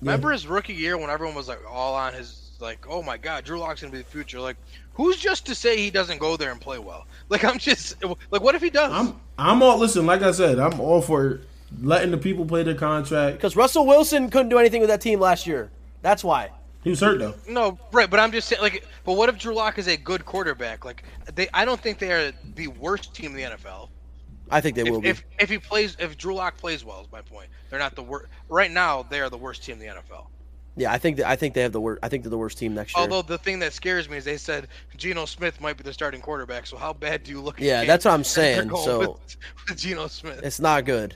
Remember his rookie year when everyone was like all on his like, oh my god, Drew Lock's gonna be the future. Like, who's just to say he doesn't go there and play well? [laughs] Like, I'm just like, what if he does? I'm, I'm all listen. Like I said, I'm all for letting the people play their contract. Because Russell Wilson couldn't do anything with that team last year. That's why. He was hurt though. No, right, but I'm just saying, like, but what if Drew Lock is a good quarterback? Like, they, I don't think they are the worst team in the NFL. I think they will If, be. if if he plays, if Drew Lock plays well, is my point. They're not the worst. Right now, they are the worst team in the NFL. yeah, I think that I think they have the worst. I think they're the worst team next year. Although the thing that scares me is they said Geno Smith might be the starting quarterback. So how bad do you look? Yeah, at that's what I'm [laughs] They're saying, going so- with, with Geno Smith, it's not good.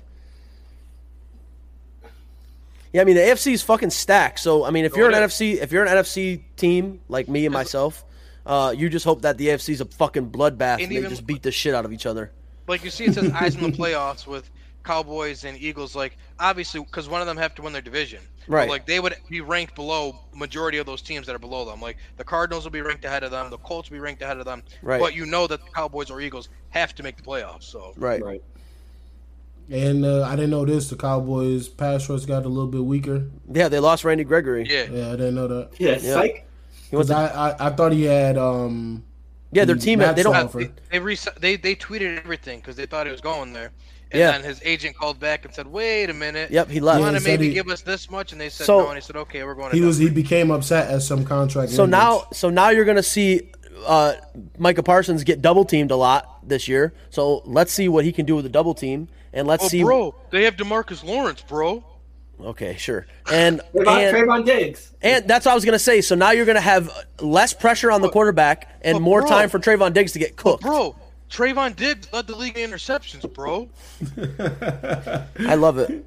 Yeah, I mean the AFC is fucking stacked. So I mean, if you're an it is. NFC, if you're an NFC team like me and myself, uh, you just hope that the AFC is a fucking bloodbath and, And they even- just beat the shit out of each other. like you see, it says eyes in the playoffs with Cowboys and Eagles. Like obviously, because one of them have to win their division. But, Right. like they would be ranked below majority of those teams that are below them. Like the Cardinals will be ranked ahead of them. The Colts will be ranked ahead of them. Right. But you know that the Cowboys or Eagles have to make the playoffs. So Right. Right. And uh, I didn't know this. The Cowboys pass rush got a little bit weaker. Yeah, they lost Randy Gregory. yeah, Yeah, I didn't know that. Yeah, it's Yeah. like He went 'Cause to- I, I, I thought he had um yeah, their team. Matt's They don't. off. Uh, they they, res- they they tweeted everything because they thought it was going there. And Yeah. then his agent called back and said, "Wait a minute. Yep, he You left. Yeah, want he to said maybe he- give us this much?" And they said So- no. And he said, "Okay, we're going." he to was he became upset at some contract. So language. now, so now you're gonna see uh, Micah Parsons get double teamed a lot this year. So let's see what he can do with the double team, and let's Oh, see. bro, they have Demarcus Lawrence, bro. Okay, sure. And what about and, Trayvon Diggs? and that's what I was gonna say. So now you're gonna have less pressure on the quarterback and but more bro- time for Trayvon Diggs to get cooked. Bro, Trayvon Diggs led the league in interceptions, bro. [laughs] I love it.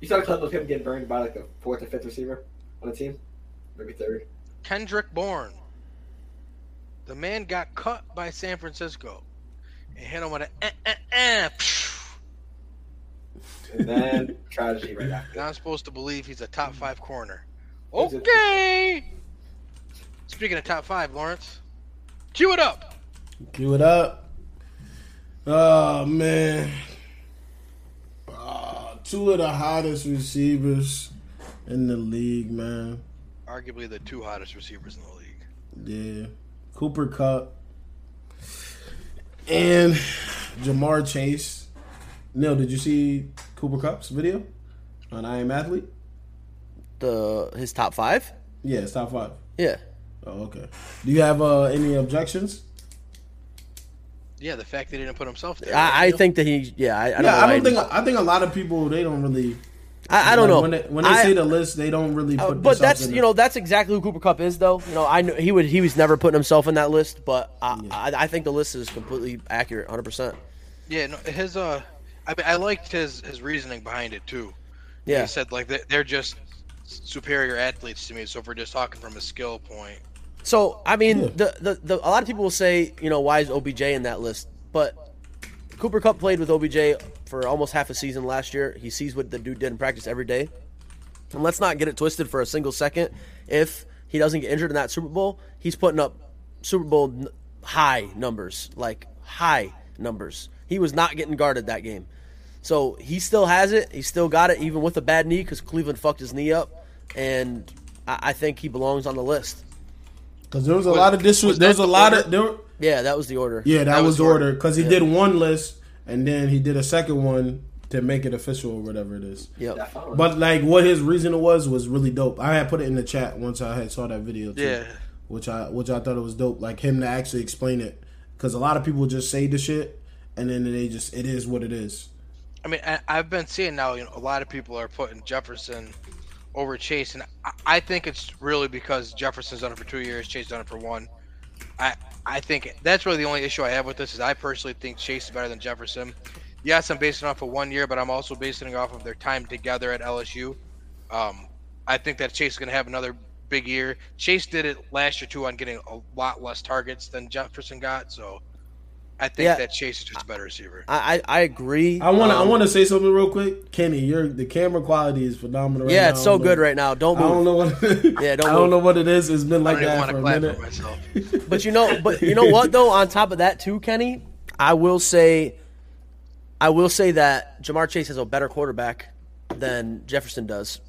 You saw a clip of him getting burned by like the fourth or fifth receiver on the team, maybe third. Kendrick Bourne. The man got cut by San Francisco, and hit him with a. Eh, eh, eh. And then tragedy right after. Now I'm supposed to believe he's a top five corner. Is it- Okay. Speaking of top five, Lawrence, cue it up. cue it up. Oh man, Ah, two of the hottest receivers in the league, man. Arguably the two hottest receivers in the league. Yeah, Cooper Cup and Jamar Chase. Neil, did you see Cooper Cup's video on I Am Athlete? The his top five. Yeah, it's top five. Yeah. Oh, okay. Do you have uh, any objections? Yeah, the fact they didn't put himself there. I, I think that he, yeah, I, I don't know. yeah, why I he don't think didn't- I think a lot of people they don't really. I, I don't know. When they, when they I- say the list, they don't really Uh, put. but themselves that's in you it. know that's exactly who Cooper Cup is though. You know I knew he would he was never putting himself in that list, but I I, I think the list is completely accurate, hundred percent. Yeah, no, his uh, I mean, I liked his his reasoning behind it too. Yeah, He said like they- they're just superior athletes to me. So if we're just talking from a skill point, So I mean, the, the the a lot of people will say, you know, why is OBJ in that list? But Cooper Cup played with OBJ for almost half a season last year. He sees what the dude did in practice every day. And let's not get it twisted for a single second. If he doesn't get injured in that Super Bowl, he's putting up Super Bowl n- high numbers, like high numbers. He was not getting guarded that game. So he still has it. He still got it, even with a bad knee, because Cleveland fucked his knee up. And I, I think he belongs on the list. Because there was a lot of this. was there was that a the lot order? of there. were- Yeah, that was the order. Yeah, that, That was was the the order. Because he did one list and then he did a second one to make it official or whatever it is. Yep. That foul. But like what his reason was was really dope. I had put it in the chat once I had saw that video. Too, Yeah. Which I which I thought it was dope. Like him to actually explain it. Because a lot of people just say the shit and then they just it is what it is. I mean, I, I've been seeing now. You know, a lot of people are putting Jefferson over Chase, and I, I think it's really because Jefferson's done it for two years, Chase done it for one. I I think that's really the only issue I have with this is I personally think Chase is better than Jefferson. Yes, I'm basing it off of one year, but I'm also basing it off of their time together at LSU. Um, I think that Chase is going to have another big year. Chase did it last year too on getting a lot less targets than Jefferson got, so I think Yeah. that Chase is just a better receiver. I I, I agree. I want to. I Um, want to say something real quick, Kenny. Your the camera quality is phenomenal. right yeah, now. it's I so don't good know- right now. Don't I don't move. know [laughs] what. Yeah, don't I don't move. know what it is. It's been I like don't even that want for to a clap minute. for myself. But you know, but you know what though? On top of that too, Kenny, I will say, I will say that Jamar Chase has a better quarterback than Jefferson does.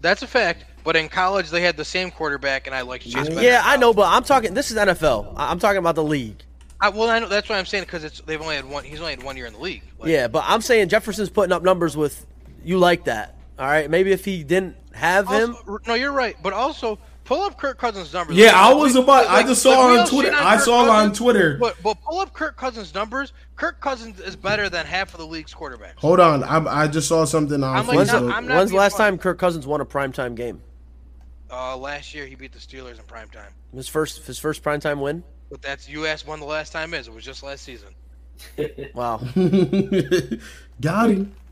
That's a fact. But in college, they had the same quarterback, and I liked Chase better. Yeah, I know, but I'm talking. This is NFL. I- I'm talking about the league. I, well, I know that's what I'm saying because it's they've only had one. He's only had one year in the league. Like, Yeah, but I'm saying Jefferson's putting up numbers with you like that. All right, maybe if he didn't have him, Also, r- no, you're right. But also, pull up Kirk Cousins' numbers. Yeah, Like, I was about- I just saw we on all shit Twitter- I Kirk saw on Twitter. But, but pull up Kirk Cousins' numbers. Kirk Cousins is better than half of the league's quarterbacks. Hold on, I, I just saw something on I'm like, when's, no, Facebook. I'm not when's the being last funny. time Kirk Cousins won a primetime game? Uh, last year, he beat the Steelers in prime time. His first, his first primetime win. But that's you asked when the last time is. It was just last season. Wow. [laughs] Got him. [laughs]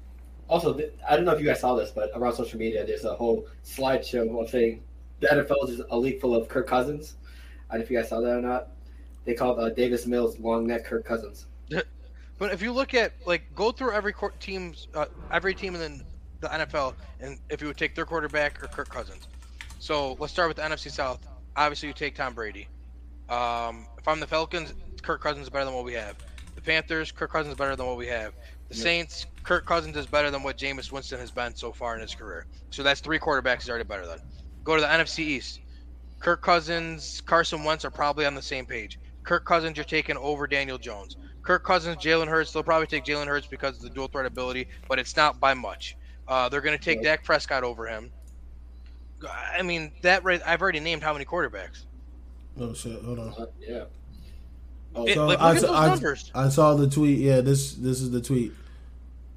Also, th- I don't know if you guys saw this, but around social media, there's a whole slideshow of saying the NFL is a league full of Kirk Cousins. I don't know if you guys saw that or not. They called uh, Davis Mills long neck Kirk Cousins. But if you look at like go through every quar- team's uh, every team in the NFL, and if you would take their quarterback or Kirk Cousins. So let's start with the NFC South. Obviously, you take Tom Brady. Um, if I'm the Falcons, Kirk Cousins is better than what we have. The Panthers, Kirk Cousins is better than what we have. The Saints, Kirk Cousins is better than what Jameis Winston has been so far in his career. So that's three quarterbacks he's already better than. Go to the NFC East. Kirk Cousins, Carson Wentz are probably on the same page. Kirk Cousins, you're taking over Daniel Jones. Kirk Cousins, Jalen Hurts, they'll probably take Jalen Hurts because of the dual threat ability, but it's not by much. Uh, they're going to take Right. Dak Prescott over him. I mean, that right, I've already named how many quarterbacks. Oh shit! Hold on. Uh, yeah. Oh, It- So like, look I, at those I- numbers. I saw the tweet. Yeah, this this is the tweet.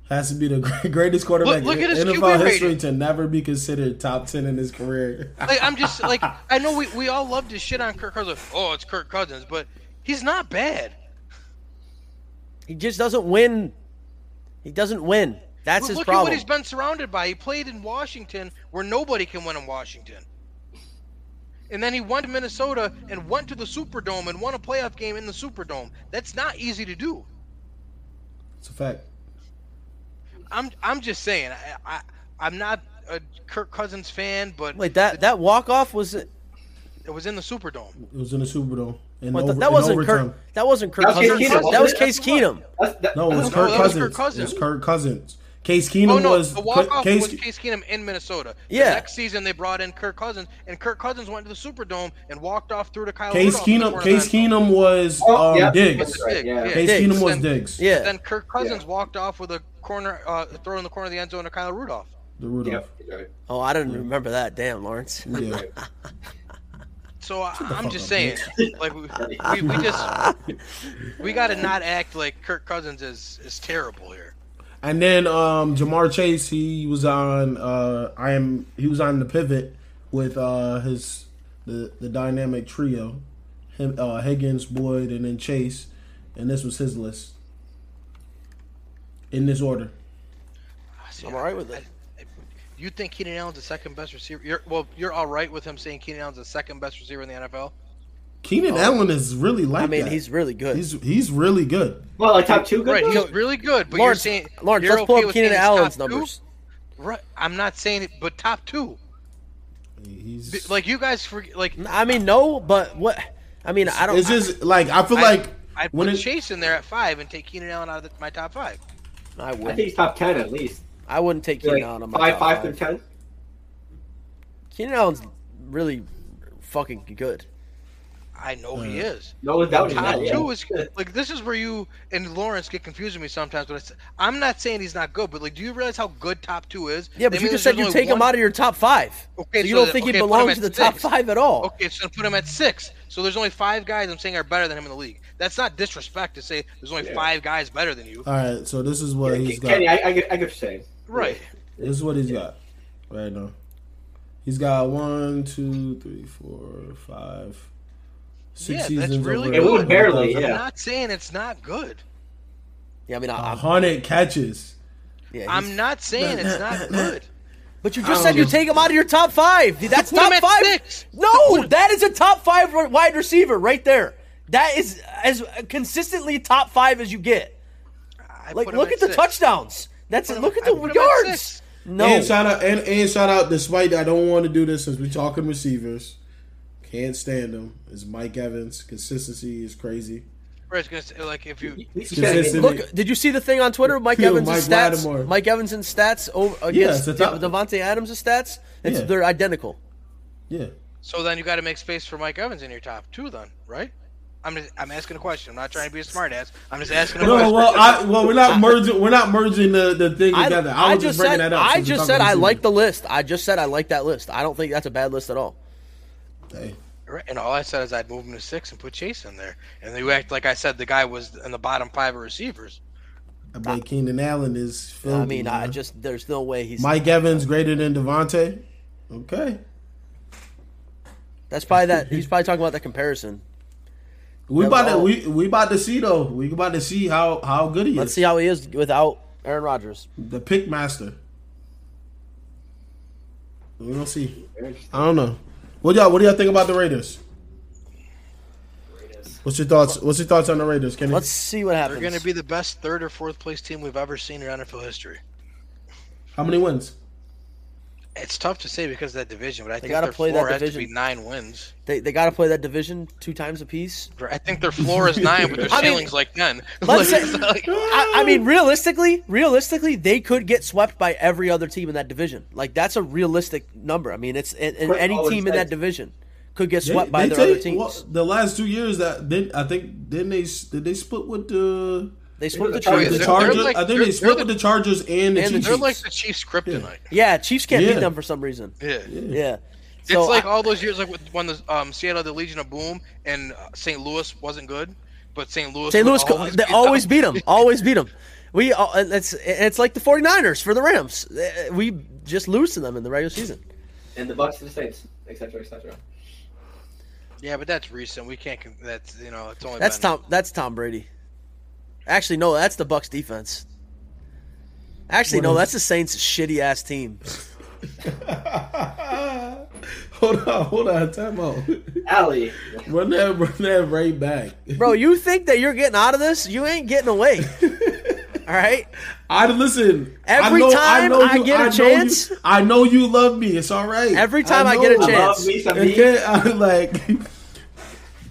Has to be the [laughs] gre- greatest quarterback look in at his NFL QB history rating. to never be considered top ten in his career. Like, I'm just like, I know we, we all love to shit on Kirk Cousins. Oh, it's Kirk Cousins, but he's not bad. He just doesn't win. He doesn't win. That's Look his look at what problem. he's been surrounded by. He played in Washington, where nobody can win in Washington. And then he went to Minnesota and went to the Superdome and won a playoff game in the Superdome. That's not easy to do. It's a fact. I'm I'm just saying. I, I I'm not a Kirk Cousins fan, but Wait, that that walk off was it was in the Superdome. It was in the Superdome. In what the- over- that in wasn't overtime. Kirk. That wasn't Kirk That was Case Cousins. Keenum, That was wasn't it? Case Keenum. That's, that, No, it was that's- Kirk that was Cousins. Kirk It Cousins. was Kirk Cousins. Case Keenum Oh no, was the walk off Case- was Case Keenum in Minnesota. The Yeah. next season they brought in Kirk Cousins, and Kirk Cousins went to the Superdome and walked off through to Kyle. Case Rudolph in the Keenum. corner Case line. Keenum was Oh, um, yeah, Diggs. that's right, yeah. Diggs. Case Diggs. Keenum was Then- Diggs. Yeah. Then Kirk Cousins Yeah. walked off with a corner uh, throw in the corner of the end zone to Kyle Rudolph. The Rudolph. Yep, he's right. Oh, I didn't remember that. Damn, Lawrence. Yeah. So I, I'm fuck just up, saying, [laughs] like we, we, [laughs] we just we got to not act like Kirk Cousins is is terrible here. And then um, Jamar Chase, he was on. Uh, I am. He was on the pivot with uh, his the the dynamic trio, him uh, Higgins, Boyd, and then Chase, and this was his list in this order. See, I'm all right with I- it. I- You think Keenan Allen's the second best receiver? You're, well, you're all right with him saying Keenan Allen's the second best receiver in the NFL. Keenan Allen is really like. Oh. I mean, that. he's really good. he's he's really good. Well, like top two good. Right, though? he's really good, but Lawrence, you're saying Lawrence, you're let's pull okay up with Keenan saying he's Allen's top two? numbers. Right, I'm not saying it, but top two. He's Like you guys, forget, like I mean, no, but what? I mean, I don't. It's just like I feel like I put when it, Chase in there at five and take Keenan Allen out of the, my top five. I, I I think wouldn't. he's top ten at least. I wouldn't take Like Keenan Allen on my five, top five five. through ten. Keenan Allen's really fucking good. I know Uh, he is. No one's doubting Top that. yeah. two [laughs] is like this is where you and Lawrence get confused with me sometimes. But I s- I'm not saying he's not good, but like, do you realize how good top two is? Yeah, That but you means just said there's you only take him one- out of your top five. Okay, so you so don't then- think he okay, put him belongs at to the top six. five at all. Okay, so put him at six. So there's only five guys I'm saying are better than him in the league. That's not disrespect to say there's only Yeah. Uh, five guys better than you. all right. So this is what he's got. Kenny, I, I get, I get what you're saying. Right. This is what he's got right now. He's got one, two, three, four, five, six Yeah, that's seasons really over. good. It would barely, Yeah. I'm not saying it's not good. Yeah, I mean, I, A I'm, hundred catches. yeah, he's- I'm not [laughs] saying it's not good. But you I just don't said you know. take him out of your top five. That's Put him top at five. six. No, that is a top five ri- wide receiver right there. That is as consistently top five as you get. I Like, put 'em look at the six. touchdowns. That's it. Put Look 'em- at I the put 'em at yards. six. No, And shout out and, and shout out. Despite I don't want to do this since we're talking receivers, can't stand him. Is Mike Evans consistency is crazy. Or it's gonna say, like if you Consistent. Look, did you see the thing on Twitter? Mike Yo, Evans' Mike stats. Lattimore. Mike Evans' stats over against it's the top- De- Devontae Adams' stats. It's, Yeah. They're identical. Yeah, so then you got to make space for Mike Evans in your top two then right? I'm just, I'm asking a question. I'm not trying to be a smartass. I'm just asking a no, question. well, I, well, we're [laughs] not merging. We're not merging the, the thing I, together. I I, was just just bringing said that up. I since we're just talking said I receivers. like the list. I just said I like that list. I don't think that's a bad list at all. Hey, Right, And all I said is I'd move him to six and put Chase in there. And you act like I said the guy was in the bottom five of receivers. I bet Keenan Allen is. Filthy, I mean, I man. just there's no way he's. Mike Evans greater than Devontae. Okay, that's probably that. [laughs] He's probably talking about that comparison. we That's about to all. we, we about to see though. We about to see how how good he Let's is. see how he is without Aaron Rodgers. The pick master. We're gonna see. I don't know. What y'all? What do y'all think about the Raiders? What's your thoughts? What's your thoughts on the Raiders, Kenny? [laughs] Let's see what They're happens. going to be the best third or fourth place team we've ever seen in NFL history. How many wins? It's tough to say because of that division, but I think gotta their play that floor has to be division. nine wins. they they got to play that division two times apiece. I think their floor is nine, but their [laughs] I mean, ceiling's like ten. let's [laughs] say- Like, it's like- [laughs] I, I mean, realistically, realistically, they could get swept by every other team in that division. Like that's a realistic number. I mean, it's and, and Quick, any always team in that said- division could get They- swept by they their other take- teams. well, the last two years that they, I think didn't they s- did they split with the they split the the Chargers. Chargers. the they're Chargers? like- I think they're- they split they're with the Chargers and the and the Chiefs. they're like the Chiefs' kryptonite. yeah, Chiefs can't Yeah. beat them for some reason. Yeah. Yeah, It's so like I- all those years like with- when the um, Seattle the Legion of Boom and uh, St. Louis wasn't good, but St. Louis St. would Louis, co- they beat always them. beat them. Always beat them. We all, and it's it's like the 49ers for the Rams. Uh, We just lose to them in the regular season. And the Bucks to the Saints, etc., etc. [laughs] Yeah, but that's recent. We can't. con- That's you know, it's only That's been- Tom. That's Tom Brady. Actually, no, that's the Bucks defense. Actually, no, that's the Saints' shitty ass team. [laughs] hold on, hold on, time out. [laughs] Alley. run that, run that right back. [laughs] Bro, you think that you're getting out of this? You ain't getting away. [laughs] All right. I listen. Every time I get a a chance- I know you love me. It's all right. Every time I get a know- chance. Love me some meat. Okay, I [laughs] like.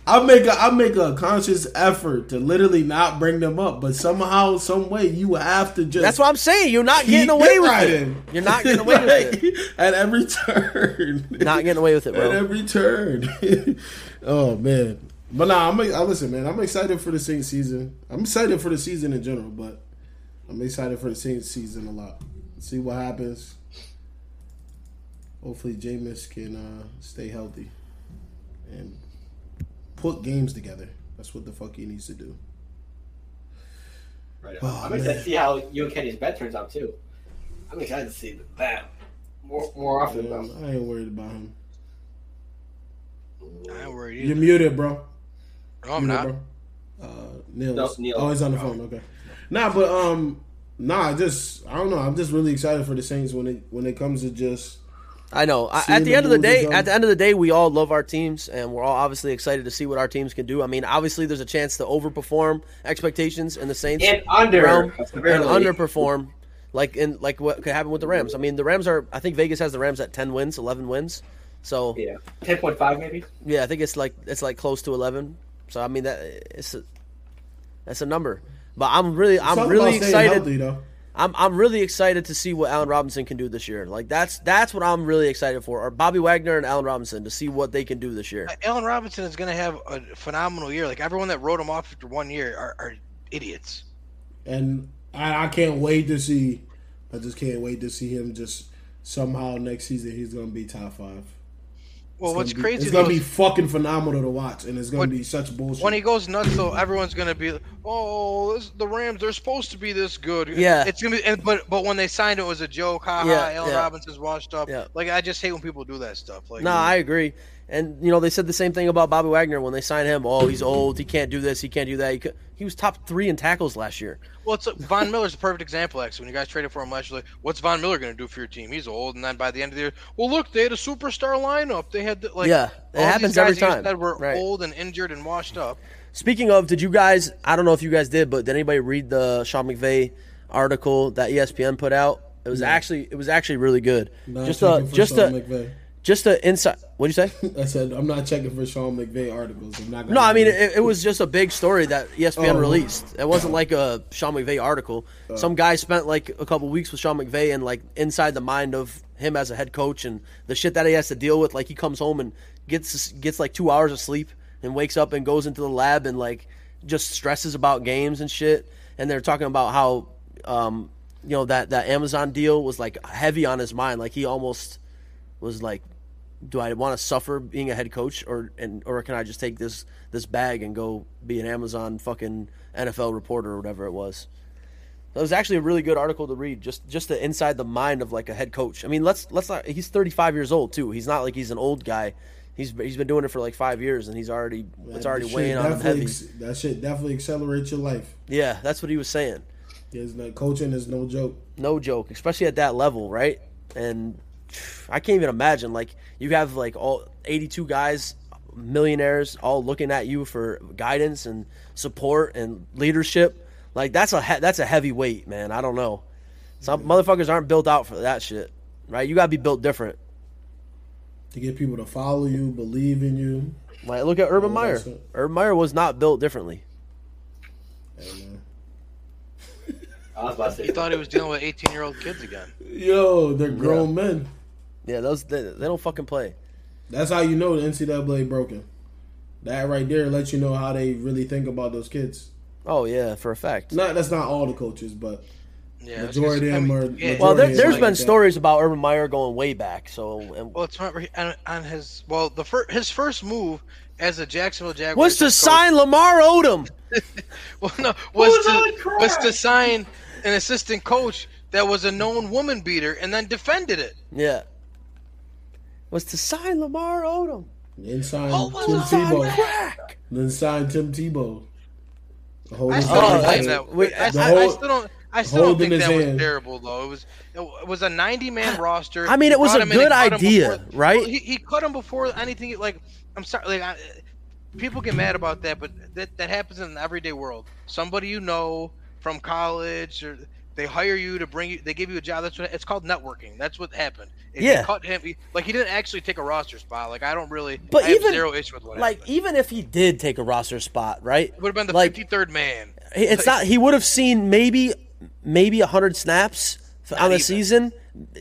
I make a I make a conscious effort to literally not bring them up, but somehow, some way, you have to just. That's what I'm saying. You're not keep getting away with it. riding. You're [laughs] not getting away with it. at every [laughs] turn. [laughs] Not getting away with it, at bro. every turn. [laughs] oh man, but nah, I'm I listen, man. I'm excited for the Saints season. I'm excited for the season in general, but I'm excited for the Saints season a lot. See what happens. Hopefully, Jameis can uh, stay healthy and put games together. That's what the fuck he needs to do. Right. Oh, I'm excited man. to see how you and Kenny's bet turns out too. I'm excited to see that more, more often. Man, though. I ain't worried about him. I ain't worried either. You're muted, bro. No, I'm You know, not. bro. Uh, Neil. No, is- Neil. Oh, he's on the phone. Okay. Nah, but um, nah. I Just I don't know. I'm just really excited for the Saints when it when it comes to just I know. I, See at the the end of the moves day, are done. at the end of the day, we all love our teams, and we're all obviously excited to see what our teams can do. I mean, obviously, there's a chance to overperform expectations, and the Saints And under. realm and apparently. underperform, like in like what could happen with the Rams. I mean, the Rams are. I think Vegas has the Rams at ten wins, eleven wins. So yeah, Yeah. 10.5 maybe? I think it's like it's like close to eleven. So I mean that it's a, that's a number. But I'm really I'm Something really about staying excited. Healthy, though. I'm I'm really excited to see what Allen Robinson can do this year. Like that's that's what I'm really excited for. Or Bobby Wagner and Allen Robinson to see what they can do this year. Uh, Allen Robinson is going to have a phenomenal year. Like everyone that wrote him off after one year are, are idiots. And I, I can't wait to see. I just can't wait to see him just somehow next season. He's gonna be top five. Well, what's Gonna be- crazy It's gonna though be is fucking phenomenal to watch, and it's gonna When- be such bullshit. when he goes nuts, though, everyone's going to be, oh, this, the Rams, they're supposed to be this good. Yeah. It's going to be, and, but but when they signed it, it was a joke. Ha ha, Yeah, Allen yeah. Robinson's washed up. Yeah. Like, I just hate when people do that stuff. Like, No, I agree. And you know they said the same thing about Bobby Wagner when they signed him. Oh, he's old. He can't do this. He can't do that. He, could, he was top three in tackles last year. Well, it's Von Miller's a perfect example. Actually, when you guys traded for him last year, like, what's Von Miller going to do for your team? He's old, and then by the end of the year, well, look, they had a superstar lineup. They had the, like Yeah, it all these happens guys every that you time. Said were Right. old and injured and washed up. Speaking of, did you guys? I don't know if you guys did, but did anybody read the Sean McVay article that E ESPN put out? It was actually it was actually really good. Not just checking a for just uh, Sean a McVay. just a insight. What would you say? I said I'm not checking for Sean McVay articles. I'm not. Gonna No, I mean it, it was just a big story that E ESPN Oh. released. It wasn't like a Sean McVay article. Some guy spent like a couple weeks with Sean McVay and like inside the mind of him as a head coach and the shit that he has to deal with. Like he comes home and gets gets like two hours of sleep and wakes up and goes into the lab and like just stresses about games and shit. And they're talking about how um, you know that that Amazon deal was like heavy on his mind. Like he almost was like, do I want to suffer being a head coach, or and or can I just take this this bag and go be an Amazon fucking NFL reporter or whatever it was? That was actually a really good article to read, just just the inside the mind of like a head coach. I mean, let's let's not. He's thirty five years old too. He's not like he's an old guy. He's he's been doing it for like five years, and he's already it's That already shit weighing on him definitely heavy. ex- that shit definitely accelerates your life. Yeah, that's what he was saying. There's no, coaching is no joke. no joke, especially at that level, right? And I can't even imagine like you have like all 82 guys, millionaires, all looking at you for guidance and support and leadership. Like that's a he- that's a heavy weight, man. I don't know. Some motherfuckers aren't built out for that shit, right? You gotta be built different. To get people to follow you, believe in you. Like look at Urban Yeah, Meyer. Oh, that's it. Urban Meyer was not built differently. Hey, man. I was about to He say. thought he was dealing with 18 year old kids again. Yo, they're grown men. Yeah, those they, they don't fucking play. That's how you know the NCAA broken. That right there lets you know how they really think about those kids. Oh yeah, for a fact. Not that's not all the coaches, but Yeah, I was Majority gonna say, of them are- yeah, Well, there, Jordan, there's like been that. stories about Urban Meyer going way back. So and Well, it's remember he- on, on his well the fir- his first move as a Jacksonville Jaguars was to head coach- sign Lamar Odom. [laughs] Well, no, was Who's on to crack? was to sign an assistant coach that was a known woman beater and then defended it. Yeah. Was to sign Lamar Odom. then sign Oh, well, Tim that's Tebow. Crack. Then sign Tim Tebow. The whole I still Oh, don't that's- think thing. that. wait, I, the I- I whole- still don't. I still don't holding think his that was hand. terrible, though. It was it was a [sighs] 90 man roster. I mean, it He was brought a him in and good cut him idea, before- right? well, he, he cut him before anything. Like I'm sorry, like I, people get mad about that, but that that happens in the everyday world. Somebody you know from college or. They hire you to bring you. They give you a job. That's what it's called networking. That's what happened. If you Yeah. cut him. he- like he didn't actually take a roster spot. Like I don't really. But I have even- zero issue with what Like, even if he did take a roster spot, right? would have been the like- 53rd man. It's not. He would have seen maybe, maybe hundred snaps f- on the even. season.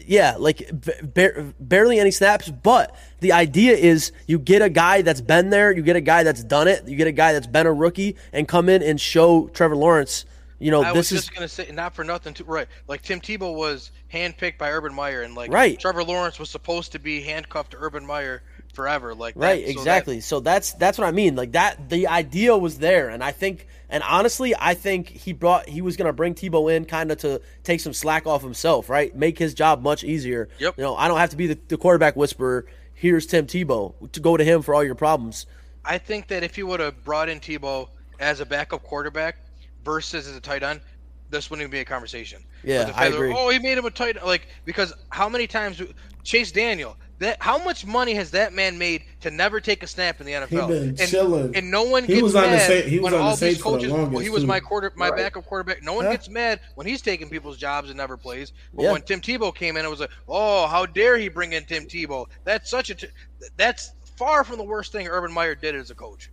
Yeah, like b- bar- barely any snaps. But the idea is, you get a guy that's been there, you get a guy that's done it, you get a guy that's been a rookie, and come in and show Trevor Lawrence, you know, I was this is just gonna say, not for nothing, too, right? Like Tim Tebow was handpicked by Urban Meyer, and like Right. Trevor Lawrence was supposed to be handcuffed to Urban Meyer forever. Like that. Right, So that- exactly. so that's that's what I mean. Like that, the idea was there, and I think, and honestly, I think he brought he was gonna bring Tebow in kind of to take some slack off himself, right? Make his job much easier. Yep. You know, I don't have to be the, the quarterback whisperer. Here's Tim Tebow to go to him for all your problems. I think that if he would have brought in Tebow as a backup quarterback versus as a tight end, this wouldn't even be a conversation. But Yeah, the I fact that, agree. oh, he made him a tight like because how many times do- Chase Daniel that how much money has that man made to never take a snap in the NFL? He been and, chilling. and no one He gets was on the mad Sa- he was when on the all these Saints for the coaches. well, he longest, was too. my quarter, my Right. backup quarterback. No one Yeah. gets mad when he's taking people's jobs and never plays. But Yeah. when Tim Tebow came in, it was like, oh, how dare he bring in Tim Tebow? That's such a t- that's far from the worst thing Urban Meyer did as a coach.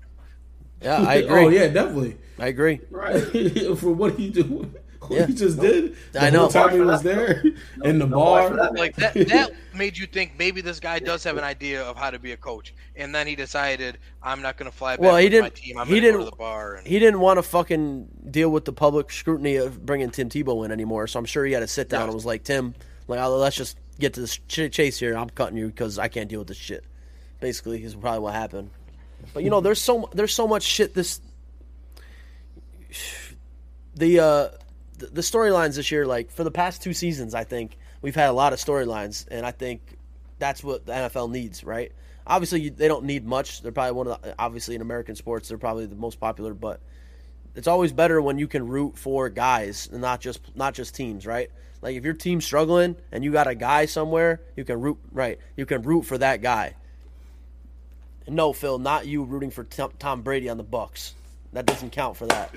Yeah, I [laughs] agree. oh yeah, definitely. I agree. Right. [laughs] for what he do, [laughs] what Yeah. he just did. The I know. Whole time he No was bar for there [laughs] in the no bar bar. for that, man. [laughs] Like that that made you think maybe this guy does have an idea of how to be a coach, and then he decided I'm not going to fly back Well, he with my didn't- team. I'm he going to go to didn't- the bar. And, He didn't want to fucking deal with the public scrutiny of bringing Tim Tebow in anymore. So I'm sure he had to sit down Yeah. and was like, Tim, like oh, let's just get to the ch- chase here. I'm cutting you because I can't deal with this shit. Basically, is probably what happened. But you know, there's so there's so much shit. This the uh the, the storylines this year, like for the past two seasons, I think we've had a lot of storylines, and I think that's what the NFL needs, right? Obviously, you, they don't need much. They're probably one of the, obviously in American sports, they're probably the most popular, but it's always better when you can root for guys and not just not just teams, right? Like if your team's struggling and you got a guy somewhere, you can root right. You can root for that guy. No, Phil, not you rooting for Tom Tom Brady on the Bucks. That doesn't count for that.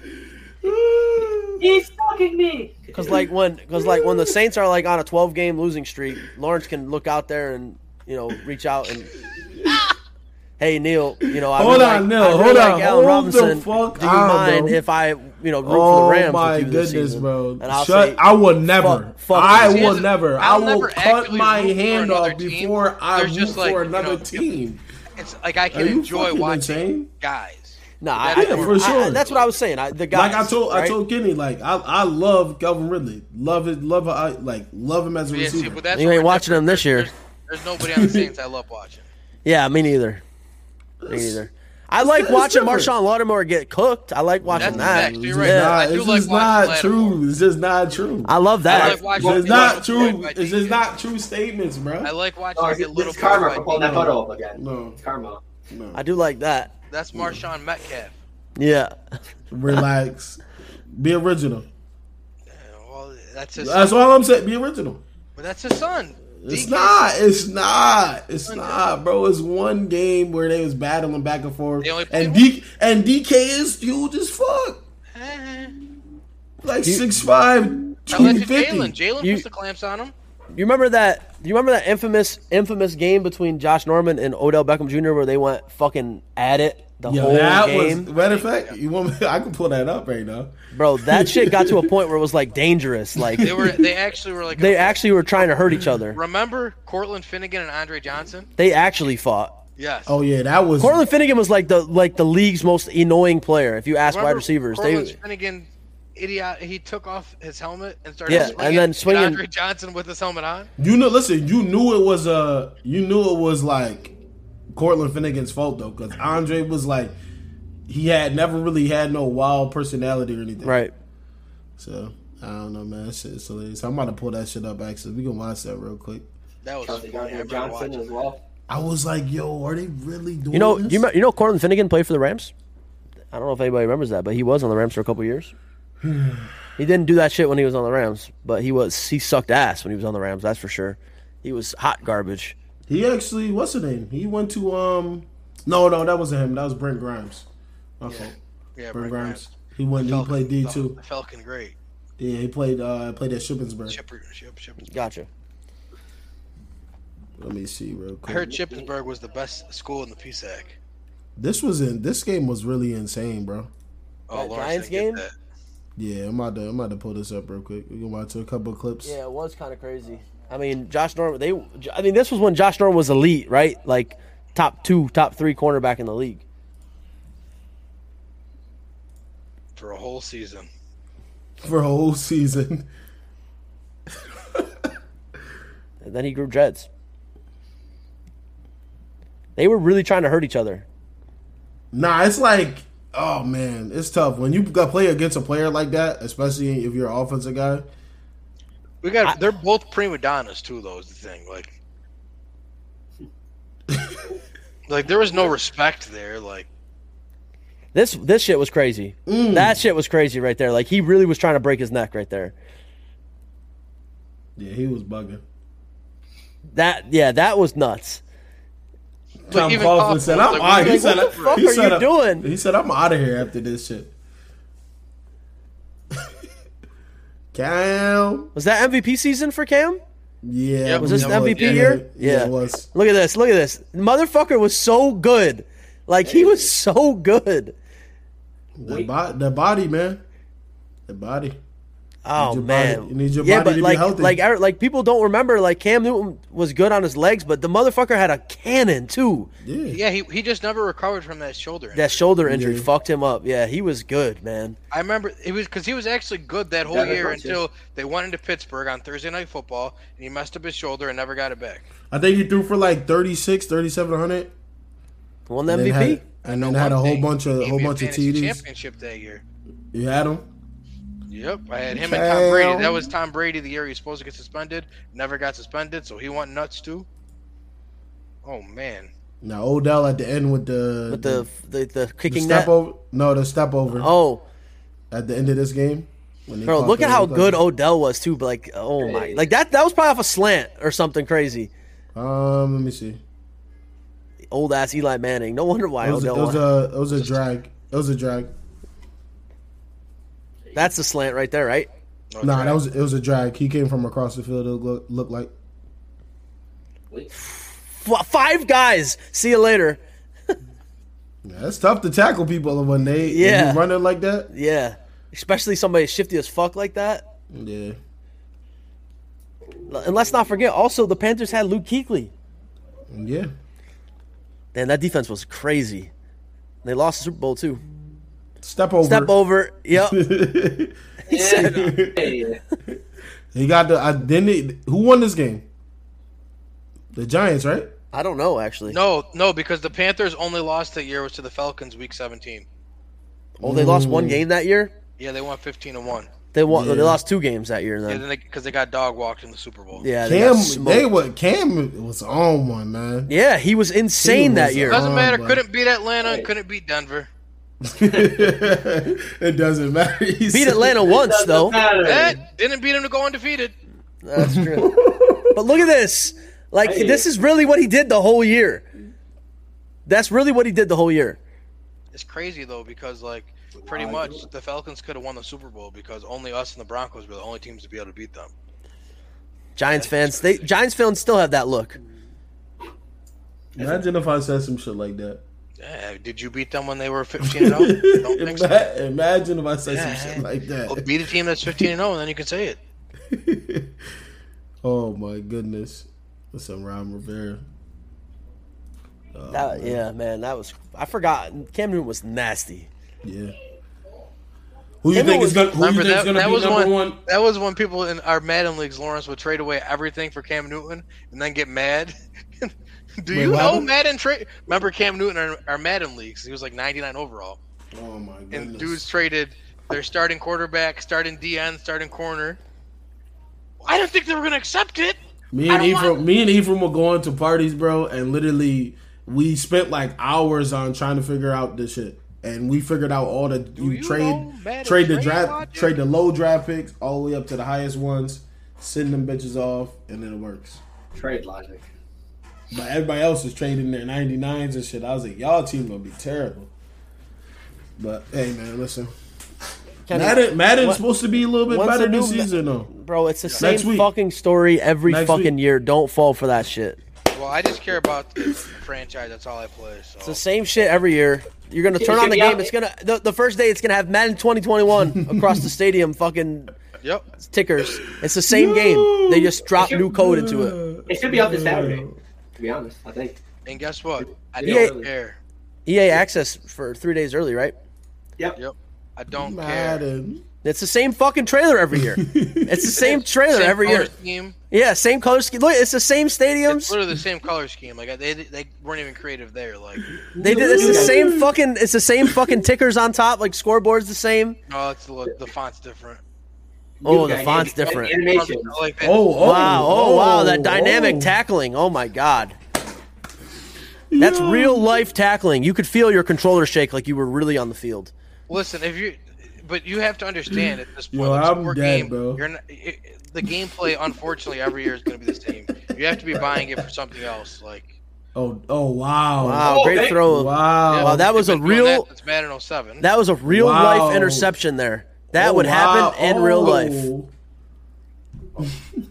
He's fucking me. Cause like when, cause like when the Saints are like on a 12 game losing streak, Lawrence can look out there and you know reach out and, [laughs] hey Neil, you know I Hold really on, like, Neil, I really hold like on, Allen hold the Robinson. fuck Do you on, mind bro. if I you know root for Oh the Rams my with you this goodness, season? bro! And I'll Shut! say, I will never. fuck- fuck I this. He will doesn't- never. I I'll will never cut actively my root for hand another off team. before I There's root just, like, for you another know, team. It's like I Are can you enjoy fucking watching insane? guys. nah, I, That's I- Yeah, for I- sure. that's what I was saying. I, the guys, like I told, I right? told Kenny, like I, I love Calvin Ridley. Love it, love I like love him as a Yeah, see, receiver. but that's You where ain't we're watching different. them this year. There's, there's nobody on the Saints I love watching. Yeah, me neither. Me neither. I like it's watching different. Marshawn Lattimore get cooked. I like watching that. That's facts. You're right. Yeah. Nah, I do it's like just watching not Lattimore. true. It's just not true. I love that. I like watching It's people not get true. destroyed by It's just defense. not true statements, bro. I like watching Oh, you it's, get little it's karma boys for by pulling that No. photo up again. No. It's karma. No. I do like that. defense. That's Marshawn Metcalf. Yeah. Relax. Be original. Yeah, Well, that's his. That's all I'm saying. Be original. but that's his son. It's DK. not. It's not. It's not, bro. It's one game where they was battling back and forth, They only played and D- and DK is huge as fuck, Eh. like six five, I like two Jalen. fifty. Jalen You- puts the clamps on him. You remember that? You remember that infamous, infamous game between Josh Norman and Odell Beckham Jr. where they went fucking at it the Yeah, whole that game, was matter of fact. You want me? [laughs] I can pull that up right now. bro. That shit got to a point where it was like [laughs] dangerous. Like They were. They actually were like. they actually were trying to hurt each other. Remember Cortland Finnegan and Andre Johnson? They actually fought. Yes. Oh yeah, that was. Cortland Finnegan was like the like the league's most annoying player. If you ask Remember wide receivers, Cortland they Finnegan, idiot. He took off his helmet and started. Yeah, and swinging then at swinging- Andre Johnson with his helmet on. You know, listen. You knew it was uh You knew it was like Cortland Finnegan's fault though, because Andre was like he had never really had no wild personality or anything. right. So I don't know, man. That shit is hilarious. I'm about to pull that shit up. Actually, we can watch that real quick. That was. Chauncey funny. Gardner I remember Johnson watching as that. well. I was like, yo, are they really doing? You know, this? you, me- you know, Cortland Finnegan played for the Rams. I don't know if anybody remembers that, but he was on the Rams for a couple years. he didn't do that shit when he was on the Rams, but he was he sucked ass when he was on the Rams. That's for sure. He was hot garbage. he actually what's the name? He went to um, no, no, that wasn't him. That was Brent Grimes. My fault. Yeah, Brent Brent Grimes. Grimes. He went. He Falcon- played D Fal- two. Falcon, great. Yeah, he played. uh Played at Shippensburg. Chipper, Chip, Shippensburg. Gotcha. Let me see real I quick. heard Shippensburg was the best school in the PSAC. This was in. This game was really insane, bro. Oh, That Lawrence Giants game? didn't get that. Yeah, I'm about to. I'm about to pull this up real quick. We can watch a couple of clips. Yeah, it was kind of crazy. I mean, Josh Norman. They. I mean, this was when Josh Norman was elite, right? Like top two, top three cornerback in the league. for a whole season. [laughs] for a whole season. [laughs] And then he grew dreads. They were really trying to hurt each other. Nah, it's like, oh man, it's tough when you got play against a player like that, especially if you're an offensive guy. We got. they're both prima donnas too, though. Is the thing [laughs] like, like there was no respect there. Like, This this shit was crazy. Mm. That shit was crazy right there. Like he really was trying to break his neck right there. Yeah, he was bugging. That yeah, that was nuts. Tom even Coughlin Coughlin said, was "I'm like, out." He what said, the fuck he are said, you doing? He said, "I'm out of here after this shit." [laughs] Cam, Was that MVP season for Cam? yeah, Was this yeah, MVP yeah, year? Yeah, Yeah. it was. Look at this. Look at this. Motherfucker was so good. Like he was so good. The, bo- the body, man, the body. Oh Need your man. body- you need your body yeah, but to be like healthy. like I- like people don't remember like Cam Newton was good on his legs, but the motherfucker had a cannon too. Yeah, yeah, he, he just never recovered from that shoulder. injury. That shoulder injury Yeah. fucked him up. Yeah, he was good, man. I remember it was because he was actually good that whole Devin year Funchess. until they went into Pittsburgh on Thursday Night Football and he messed up his shoulder and never got it back. I think he threw for like 36, 3700. Won the and then MVP. had, and then had a One whole thing, bunch of he whole made bunch of fantasy TDs. Championship that year. You had him. Yep, I had him and Tom Brady. Damn. That was Tom Brady the year he was supposed to get suspended. Never got suspended, so he went nuts too. Oh man. Now Odell at the end with the With the the, the the kicking step net. over. No, the step over Oh, at the end of this game. When they bro, caught look the- at how good Odell was too. But like, oh my, Hey. like that that was probably off a slant or something crazy. Um, let me see. Old ass Eli Manning. No wonder why It was, a, it Odell. was won. a it was a drag. It was a drag. That's the slant right there, right? No, Nah, drag. that was it was a drag. He came from across the field. It looked, looked like Wait, F- five guys. See you later. yeah, it's tough to tackle people when they when you Yeah. running like that. Yeah, especially somebody shifty as fuck like that. Yeah, And let's not forget, also the Panthers had Luke Kuechly. yeah. Damn, that defense was crazy. They lost the Super Bowl too. Step over. Step over. [laughs] Yep. hey, he got the. I didn't. Who won this game? The Giants, right? I don't know actually. No, no, because the Panthers only lost that year was to the Falcons week 17. Oh, they lost one game that year. Yeah, they won 15 to 1. They won. They Yeah. lost two games that year. And Then. then because they, got dog walked in the Super Bowl. Yeah. They got Cam, smoked. they were Cam was on one [laughs] man. [laughs] Yeah, he was insane He that was year. awesome. Doesn't matter. Oh, boy. Couldn't beat Atlanta and Hey. couldn't beat Denver. it doesn't matter. He Beat [laughs] said- Atlanta once [laughs] doesn't though. matter. That Eh, didn't beat him to go undefeated. That's true. [laughs] but look at this. Like Hey. this is really what he did the whole year. That's really what he did the whole year. It's crazy though because like pretty Wow. much the Falcons could have won the Super Bowl because only us and the Broncos were the only teams to be able to beat them. Giants fans, they Giants fans still have that look. Imagine if I said some shit like that. Yeah, Eh, did you beat them when they were 15 and [laughs] 0? Don't think so. Ima- Imagine if I said some shit like Well, that. beat a team that's 15 and 0 and then you can say it. [laughs] Oh my goodness, that's a Ron Rivera. Oh, That, man. yeah, man, that was I forgot. Cam Newton was nasty. Yeah. Who you Him think was- is gonna? Who you Remember think is that, gonna that be was number when one? that was when people in our Madden leagues, Lawrence would trade away everything for Cam Newton and then get mad. [laughs] Do Wait, you what know happened? Madden trade? Remember Cam Newton in our, our Madden leagues? He was like 99 overall, Oh my and goodness. dudes traded their starting quarterback, starting DN, starting corner. I didn't think they were gonna accept it. me I and don't Ephraim, want- me and Ephraim were going to parties, bro, and literally we spent like hours on trying to figure out this shit, and we figured out all the you, you know trade, Madden trade the trade draft, logic? trade the low draft picks all the way up to the highest ones, send them bitches off, and then it works. trade logic. But everybody else was trading their 99s and shit. I was like, y'all team gonna be terrible. But hey, man, listen. Kenny, Madden, Madden's what- supposed to be a little bit when's better the this new Ma- season, though. Bro, it's the Next same week. fucking story every Next fucking week. year. Don't fall for that shit. Well, I just care about the franchise. That's all I play. So It's the same shit every year. You're gonna turn on the game. It's gonna the, the first day. It's gonna have [laughs] Madden 2021 across the stadium. Fucking yep, tickers. It's the same game. They just drop new code into it. It should be out this Saturday. To be honest, I think. and guess what? I Yeah. don't care. EA E access for three days early, right? Yep. Yep, I don't care. Madden. It's the same fucking trailer every year. [laughs] It's the same trailer Same every color year. scheme. Yeah, same color scheme. Look, it's the same It's stadiums. literally the same color scheme. Like they they weren't even creative there. Like They did. It's the same fucking. It's the same fucking tickers on top. Like scoreboard's the same. no, oh, it's the, the font's different. Oh, You the guys- font's and- and different. Animation. Like that. Oh, oh, Wow. Oh, wow. That dynamic oh. tackling. Oh, my God. That's Yo. real life tackling. You could feel your controller shake like you were really on the field. Listen, if you, but you have to understand at this point. Yo, like, I'm sport dead, game, bro. You're not, it, it- the gameplay, unfortunately, every year is going to be the same. You have to be buying it for something else. Like Oh, oh, wow. Wow. Oh, great hey. throw. Wow. Wow, Oh, that was a they've been doing real- That, it's Madden 07. That was a real Wow. life interception there. That Oh, would wow. happen in real life. Oh. [laughs] yeah,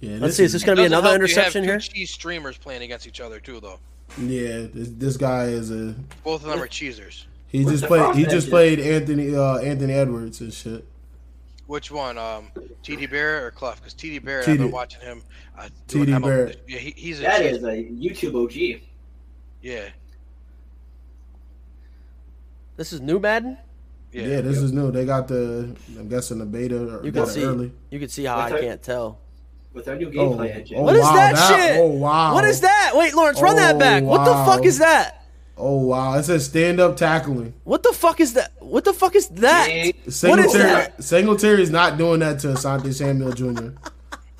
this Let's see. Is this going to be Doesn't another help you have interception two here? Cheese streamers playing against each other too, though. Yeah, this, this guy is a. Both of them are cheesers. He just the played. He prospect just is? played Anthony uh, Anthony Edwards and shit. Which one, um, TD Barrett or Clough? Because TD Barrett, I've TD been watching him. Uh, TD doing MLB. Barrett. Yeah, he, he's a That cheese- is a YouTube OG. Yeah, This is new Madden. yeah. Yeah, this is new. They got the. I'm guessing the beta or You got can it see. early. You can see how What's I that? can't tell. With our new Oh, gameplay engine. oh, What is wow, that shit? Oh wow! What is that? Wait, Lawrence, run Oh, that back. What the wow. fuck is that? Oh wow! It says stand up tackling. What the fuck is that? What the fuck is that? Yeah. What is Singletary, that? Singletary's not doing that to Asante Samuel Jr.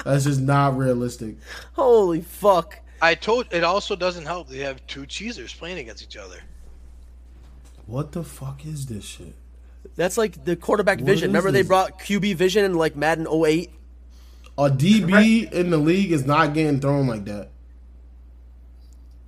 That's just not realistic. Holy fuck. I told it also doesn't help. They have two cheesers playing against each other. What the fuck is this shit? That's like the quarterback What vision. is Remember they this? brought QB vision in like Madden 08? A DB in the league is not getting thrown like that.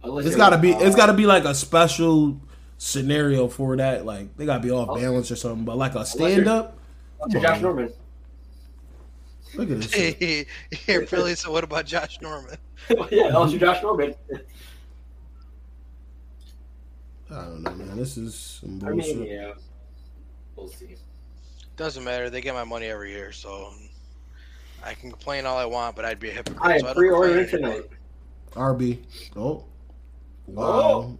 Unless It's you're, gotta be. It's uh, gotta be like a special scenario for that. Like they gotta be off balance or something. But like a stand up. unless you're Josh Norman. [laughs] Look at this. Shit. [laughs] Hey, Here, Philly. So what about Josh Norman? Oh, yeah, Oh, unless you're Josh Norman. I don't know, man. This is some I mean, bullshit. yeah, we'll see. Doesn't matter. They get my money every year, so I can complain all I want, but I'd be a hypocrite. I so am don't pre-ordering complain anymore. tonight. RB. Oh. Wow.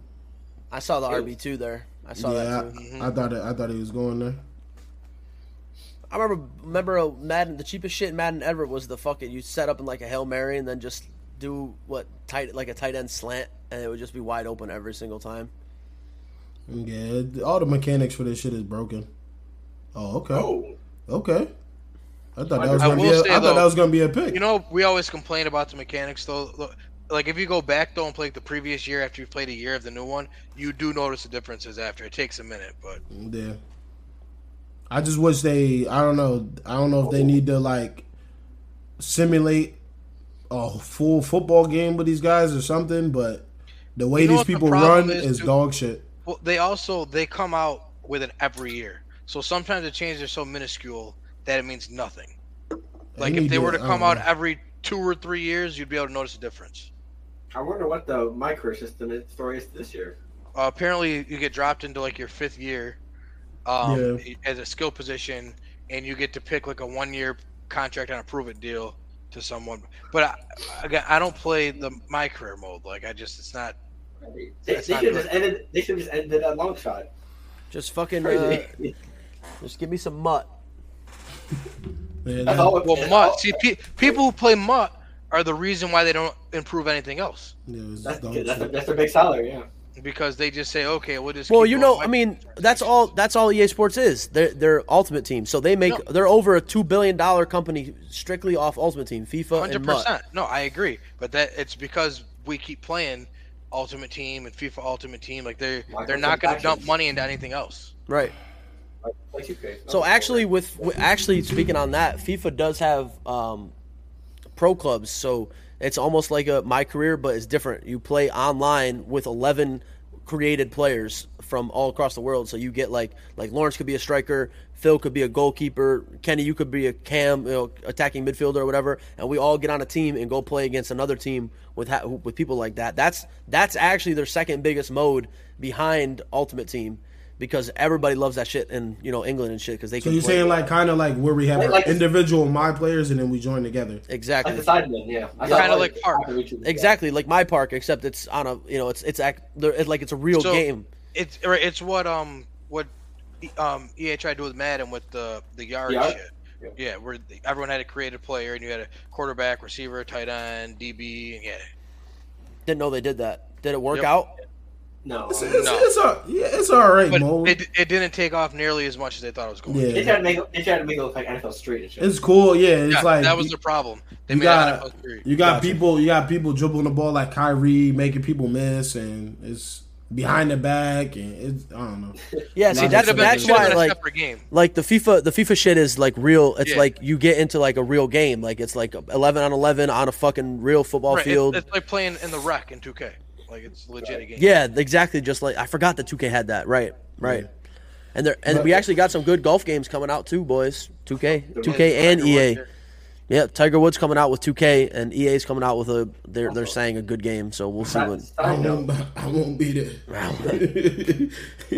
I saw the Ew. RB2 there. I saw yeah. that too. I, I thought. It, I thought he was going there. I remember remember uh, Madden the cheapest shit in Madden ever was the fucking you set up in like a Hail Mary and then just do what tight like a tight end slant and it would just be wide open every single time. Yeah. it- All the mechanics for this shit is broken. Oh. Okay. Oh, Okay. I thought that I was gonna be. will A, say, I thought though, that was gonna be a pick. You know, we always complain about the mechanics, though. Look, Like, if you go back, though, and play the previous year after you've played a year of the new one, you do notice the differences after. It takes a minute, but Yeah. I just wish they. I don't know. I don't know if Oh. they need to like simulate a full football game with these guys or something. But the way You know these what the people run problem is, is, too? dog shit. well, they also they come out with it every year. So sometimes the changes are so minuscule that it means nothing. Like, if need they were to to- um, I come don't out know. every two or three years, you'd be able to notice a difference. I wonder what the microsystem is- story is this year. Uh, apparently, you get dropped into like your fifth year um, Yeah. as a skill position, and you get to pick like a one-year contract on a prove-it deal to someone. But I, again, I don't play the my career mode. Like I just, it's not. They, That's not should good. just ended. They should just ended that long shot. Just fucking uh, Crazy. [laughs] just give me some mutt. Yeah, That's [laughs] that- all- Well, that's all- mutt. See, pe- people who play mutt are the reason why they don't improve anything else yeah, it was That's, dog good. that's, a, shit. that's a big salary, yeah. because they just say, okay, we'll just. Well, keep you going know, I with- mean, that's all. That's all EA Sports is. They're they're Ultimate Team, so they make No. they're over a two billion dollar company strictly off Ultimate Team, FIFA Hundred and Mutt. percent. No, I agree, but that it's because we keep playing Ultimate Team and FIFA Ultimate Team. Like they're they're not going to dump Microtransactions. money into anything else. Right. Like, like 2K. So Okay. actually, with, with actually speaking on that, FIFA does have um, pro clubs, so it's almost like a my career, but it's different. You play online with eleven created players from all across the world, so you get like like Lawrence could be a striker, Phil could be a goalkeeper, Kenny you could be a cam, you know, attacking midfielder or whatever, and we all get on a team and go play against another team with ha- with people like that. That's that's actually their second biggest mode behind Ultimate Team. Because everybody loves that shit in you know England and shit because they So can. you're play. saying like kind of like where we have Like- our like- individual my players and then we join together. Exactly. Like the sidemen, yeah. I Kinda thought, like Park. after YouTube, yeah. Exactly, like my park, except it's on a you know it's it's act, they're- it's like it's a real So- game. It's or it's what um what um EA tried to do with Madden with the the yard Yard? shit. Yeah. Yeah, where the, everyone had a creative player and you had a quarterback, receiver, tight end, DB. And yeah, Didn't know they did that. Did it work Yep. out? No. It's it's, No. it's all yeah, it's all right, but Mo. it, it didn't take off nearly as much as they thought it was going. to. They yeah, tried to make it- they tried to make it look like NFL Street and shit. it's cool. Yeah, it's Yeah, like that was the problem. They you made got- it out of three. You got Gotcha. people. You got people dribbling the ball like Kyrie, making people miss, and it's behind the back, and it's I don't know. Yeah, see Nah, that's should've been- that's should've why been a like [laughs] separate game. like the FIFA the FIFA shit is like real. It's Yeah. like you get into like a real game. Like it's like eleven on eleven on a fucking real football Right, it- field. it's like playing in the rec in 2K. Like it's legit a game. yeah, exactly. Just like I forgot that 2K had that. Right, right. And there and But- we actually got some good golf games coming out too, boys. 2K, 2K Tiger and Woods EA. there. Yeah, Tiger Woods coming out with 2K and EA's coming out with a they're they're saying a good game. So we'll see Side- what. I Side note, won't. I won't be there. [laughs]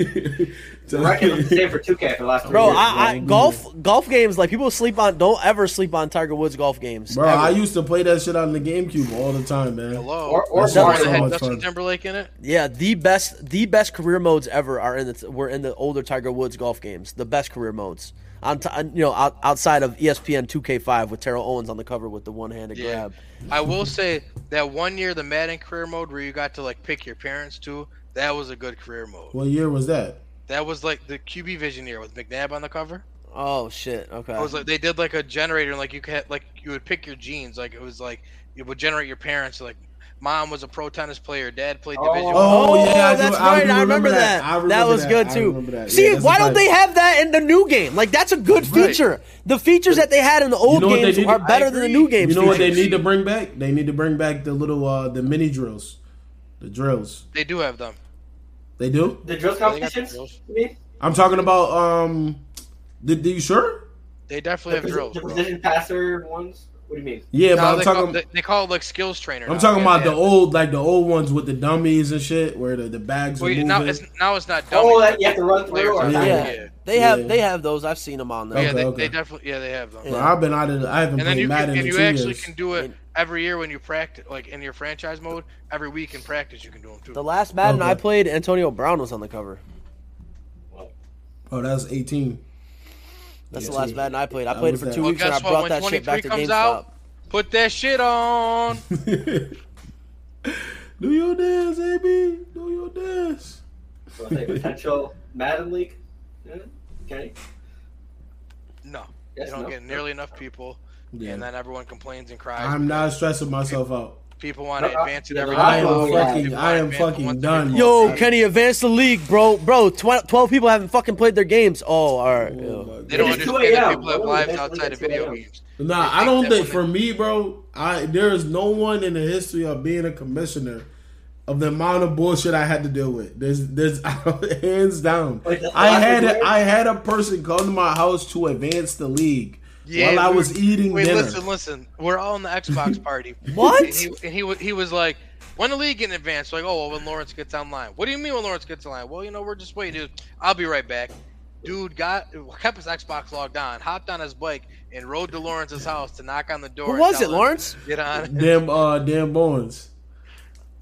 the record was the same for 2K for the last three Bro, years. I, I Bro, golf golf games like people sleep on. Don't ever sleep on Tiger Woods golf games. Bro, ever. I used to play that shit on the GameCube all the time, man. Hello. Or- or the one Mario. that had So much Justin fun. Timberlake in it. yeah, the best the best career modes ever are in the were in the older Tiger Woods golf games. The best career modes on t- on, you know out, outside of E ESPN 2K5 with Terrell Owens on the cover with the one handed Yeah. grab. I will say that one year the Madden career mode where you got to like pick your parents too, that was a good career mode. What year was that? That was like the QB Vision year with McNabb on the cover. Oh shit! Okay. It Uh-huh. was like they did like a generator and like you could like you would pick your genes. Like it was like it would generate your parents like Mom was a pro tennis player. Dad played Oh. division. Oh, Oh, yeah, I do- that's I right. do remember I remember that. that. I remember that was that. I good remember too. that. See, Yeah, that's why the don't plan. they have that in the new game? Like that's a good Right. feature. The features that they had in the old know what they games need to- are better than the agree. new games. You know what they features. need to bring back? They need to bring back the little uh the mini drills, the drills. They do have them. They do. The drills Yeah, they got the competitions? drills. You mean? I'm talking about um. Did, did you sure? They definitely The, have drills. the bro. position passer ones? What do you mean? Yeah, Now but I'm they, talking. call, they, they call it like skills trainer. I'm now. talking Yeah, about yeah. the old, like the old ones with the dummies and shit, where the, the bags are Well, moving. now it's now it's not dumb. Oh, that you have to run Players through. Or are- Yeah. Yeah, Yeah. they have Yeah. they have those. I've seen them on there. Okay, yeah, they, okay. they definitely yeah they have them. Bro, I've been out of. I haven't And then played you can, Madden and in you two actually years. can do it And- every year when you practice, like in your franchise mode. Every week in practice, you can do them too. The last Madden Okay. I played, Antonio Brown was on the cover. oh, that's 18. That's Yeah, the last too. Madden I played. I That played it was for that. two Well, weeks, and I guess what? brought When that shit back to 23 comes GameStop. out- Put that shit on. [laughs] do your dance, AB. Do your dance. So it's like a potential Madden League? Yeah. Okay. No, Yes, you don't no. get nearly enough people, Yeah. and then everyone complains and cries. I'm not stressing myself out. People want to No, I- advance it yeah, every no, I day. am People wanna fucking- advance I am it fucking once done. every Yo, quarter. Kenny, advance the league, bro. Bro, tw- 12 people haven't fucking played their games. Oh, all right. Oh, yo. my they don't God. It's 2 understand that a.m. people have Why would lives they advance it outside of at 2 video a.m.? games. Nah, They I think don't that think when for me, bro. I there is no one in the history of being a commissioner of the amount of bullshit I had to deal with. There's, there's [laughs] hands down. Like, that's I what I had, did. I had a person come to my house to advance the league Yeah, while I we- was eating Wait, dinner. listen, listen. We're all in [laughs] the Xbox party. What? And he, and he wa- he was like, when the league in advance, like, oh, well, when Lawrence gets online. What do you mean when Lawrence gets online? Well, you know, we're just waiting. Dude, I'll be right back. Dude got kept his Xbox logged on, hopped on his bike, and rode to Lawrence's house to knock on the door. Who and was tell it, him, Lawrence? Get on. Damn, uh, damn Bowens.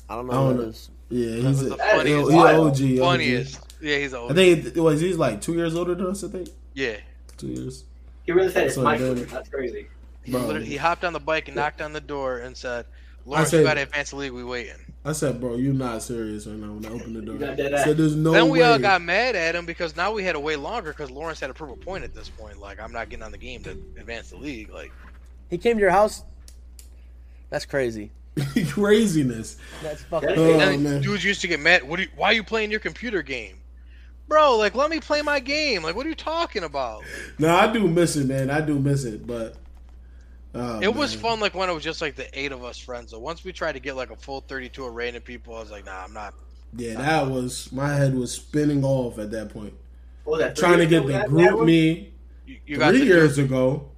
I don't I know don't who it know. is. Yeah, he's was the a, funniest. he- he Wild. OG, OG. Funniest. Yeah, he's I old. think it was he's like two years older than us. I think yeah. two years. He really said it's So my then- favorite. That's crazy. He, Bro. literally, he hopped on the bike and knocked on the door and said, Lawrence, said- you got to advance the league. We waiting. I said, bro, you're not serious right now. When I [laughs] opened the door, You got dead I said, ass. there's no then we way. all got mad at him because now we had to wait longer because Lawrence had to prove a point at this point. Like, I'm not getting on the game to advance the league. Like, He came to your house? That's crazy. [laughs] craziness. That's fucking That- Oh, and man. dudes used to get mad. What? Are you, why are you playing your computer game, bro? Like, let me play my game. Like, what are you talking about? No, I do miss it, man. I do miss it, but oh, it was man. fun, like when it was just like the eight of us friends. Though once we tried to get like a full 32 of random people, I was like, nah, I'm not. Yeah, that was my head was spinning off at that point. What was that? Trying to three get years ago, the that- that group one? me You, you got three the years ago.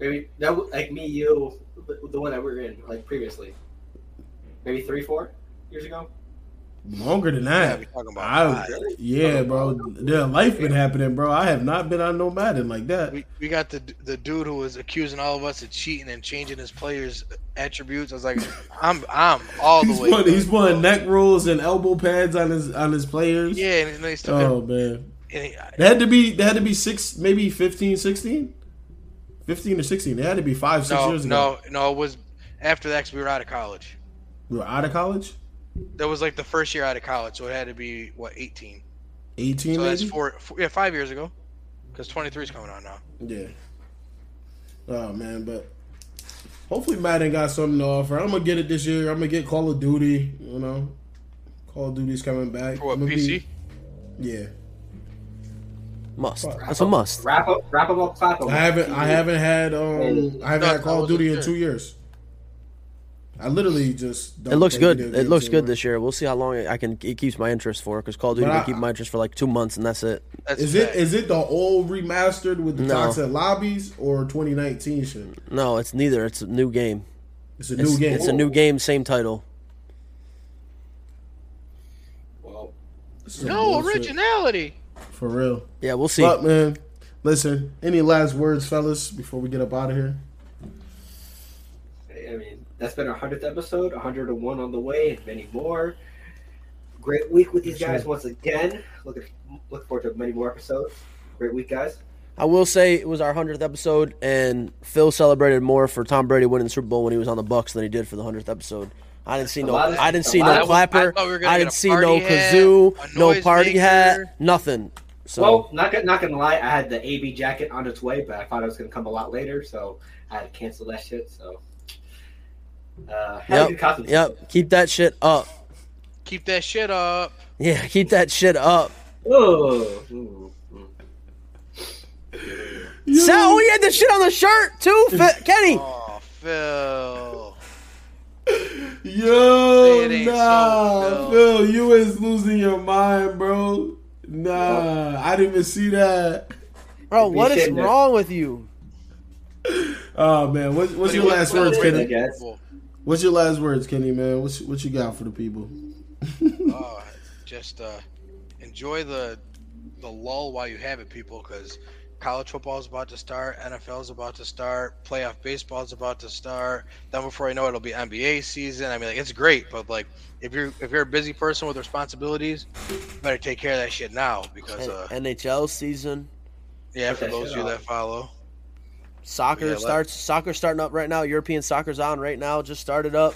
Maybe that was like me, you, the the one that we were in like previously. Maybe three, four years ago. Longer than Yeah, that. we talking about I, five. yeah, bro. Their life been happening, bro. I have not been on no Madden like that. We, we got the the dude who was accusing all of us of cheating and changing his players' attributes. I was like, I'm I'm all the He's way. putting, he's good, putting bro. neck rolls and elbow pads on his on his players. Yeah, and they still. Oh man, And he, I- they had to be they had to be six, maybe 15, 16? 15 or sixteen. They had to be five, six no, years ago. no, no. It was after that 'cause we were out of college. We were out of college. That was like the first year out of college, so it had to be what 18. 18 So that's maybe? four, four yeah, five years ago, because 23 is coming on now. Yeah. Oh man, but hopefully Madden got something to offer. I'm gonna get it this year. I'm gonna get Call of Duty. You know, Call of Duty's coming back. For what I'ma be- PC? yeah, must. That's a must. Wrap up, wrap them up, clap them. I haven't. I haven't had. Um, I haven't No, had Call I of Duty in wasn't sure. two years. I literally just. Don't It looks play good. video It looks games good anymore. this year. We'll see how long I can. It keeps my interest for because Call of Duty But I- can keep my interest for like two months and that's it. That's Is a it fact. is it the old remastered with the No. toxic lobbies or 2019 shit? No, it's neither. It's a new game. It's a It's, new game. it's a new game, same title. Well, This is no bullshit. originality? for real. Yeah, we'll see. But man, listen. Any last words, fellas, before we get up out of here? I mean, that's been our hundredth episode, 101 on the way, and many more. Great week with these Sure. guys once again. Look, look forward to many more episodes. Great week, guys. I will say it was our hundredth episode, and Phil celebrated more for Tom Brady winning the Super Bowl when he was on the Bucks than he did for the hundredth episode. I didn't see A no, lot of- I didn't a see lot no of- I clapper. thought we were gonna I get didn't a see party no hat, kazoo, no a noise party hat, maker. nothing. So Well, not gonna, not gonna lie, I had the AB jacket on its way, but I thought it was gonna come a lot later, so I had to cancel that shit. So Uh, have a good Yep. costume season. Yep. Keep that shit up. Keep that shit up. Yeah, [laughs] keep that shit up. Oh. mm, mm. So oh, he had the shit on the shirt too, Fe- [laughs] Kenny. Oh, Phil. Yo, It ain't nah, so, Phil. you is losing your mind, bro. Nah, I didn't even see that. Bro, what is Appreciate that. wrong with you? Oh man, what, what's your But he last was- words, was- I Kenny? guess. What's your last words, Kenny? Man, what's what you got for the people? Oh, just uh, enjoy the the lull while you have it, people, because college football is about to start, NFL is about to start, playoff baseball is about to start. Then before I know it, it'll be NBA season. I mean, like it's great, but like if you're if you're a busy person with responsibilities, you better take care of that shit now because uh, NHL season. yeah, Put for that those of shit you on. that follow, Soccer Yeah, like- starts. Soccer starting up right now. European soccer's on right now. Just started up.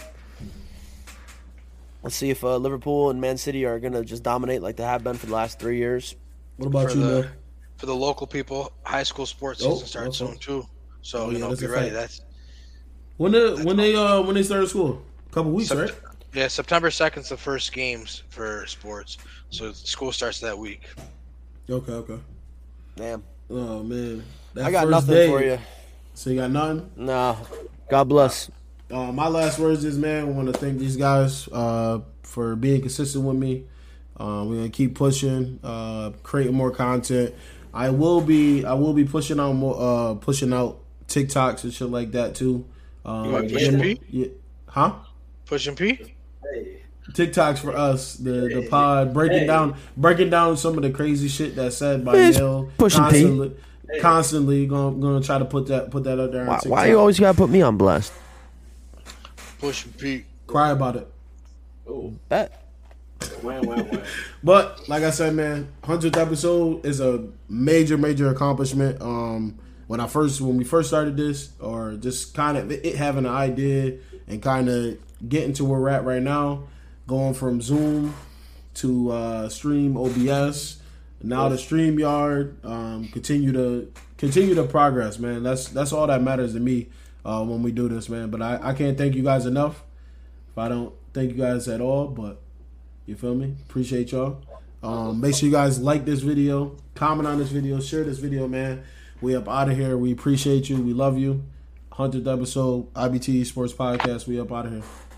Let's see if uh, Liverpool and Man City are gonna just dominate like they have been for the last three years. What about For you, the- man? for the local people, high school sports Oh, season starts okay. soon too. So Oh, yeah, you know, that's be a ready. fact. That's When the, when they uh when they started school? A couple weeks, Sept- right? Yeah, September 2nd's the first games for sports. So school starts that week. Okay, okay. Damn, Oh man, that I got first nothing day- for you. So you got nothing? Nah, God bless. Uh, my last words is, man, I want to thank these guys uh, for being consistent with me. Uh, we're gonna keep pushing, uh, creating more content. I will be, I will be pushing out more, uh, pushing out TikToks and shit like that too. Um, You want to yeah, push yeah, huh? Pushing P? Hey. TikToks for us, the the Hey. pod breaking Hey. down breaking down some of the crazy shit that's said by It's Neil pushing P. constantly. Constantly gonna gonna try to put that put that up there. On Why, TikTok. why you always gotta put me on blast? Pushing P. cry about it? Oh. Bet. Wah, wah, wah. But like I said, man, hundredth episode is a major, major accomplishment. Um, when I first, when we first started this, or just kind of it having an idea and kind of getting to where we're at right now, going from Zoom to uh, Stream OBS, now to StreamYard. Um, continue to continue to progress, man. That's that's all that matters to me uh, when we do this, man. But I, I can't thank you guys enough. If I don't thank you guys at all, but you feel me? Appreciate y'all. Um, make sure you guys like this video, comment on this video, share this video, man. We up out of here. We appreciate you. We love you. 100th episode, IBT Sports Podcast. We up out of here.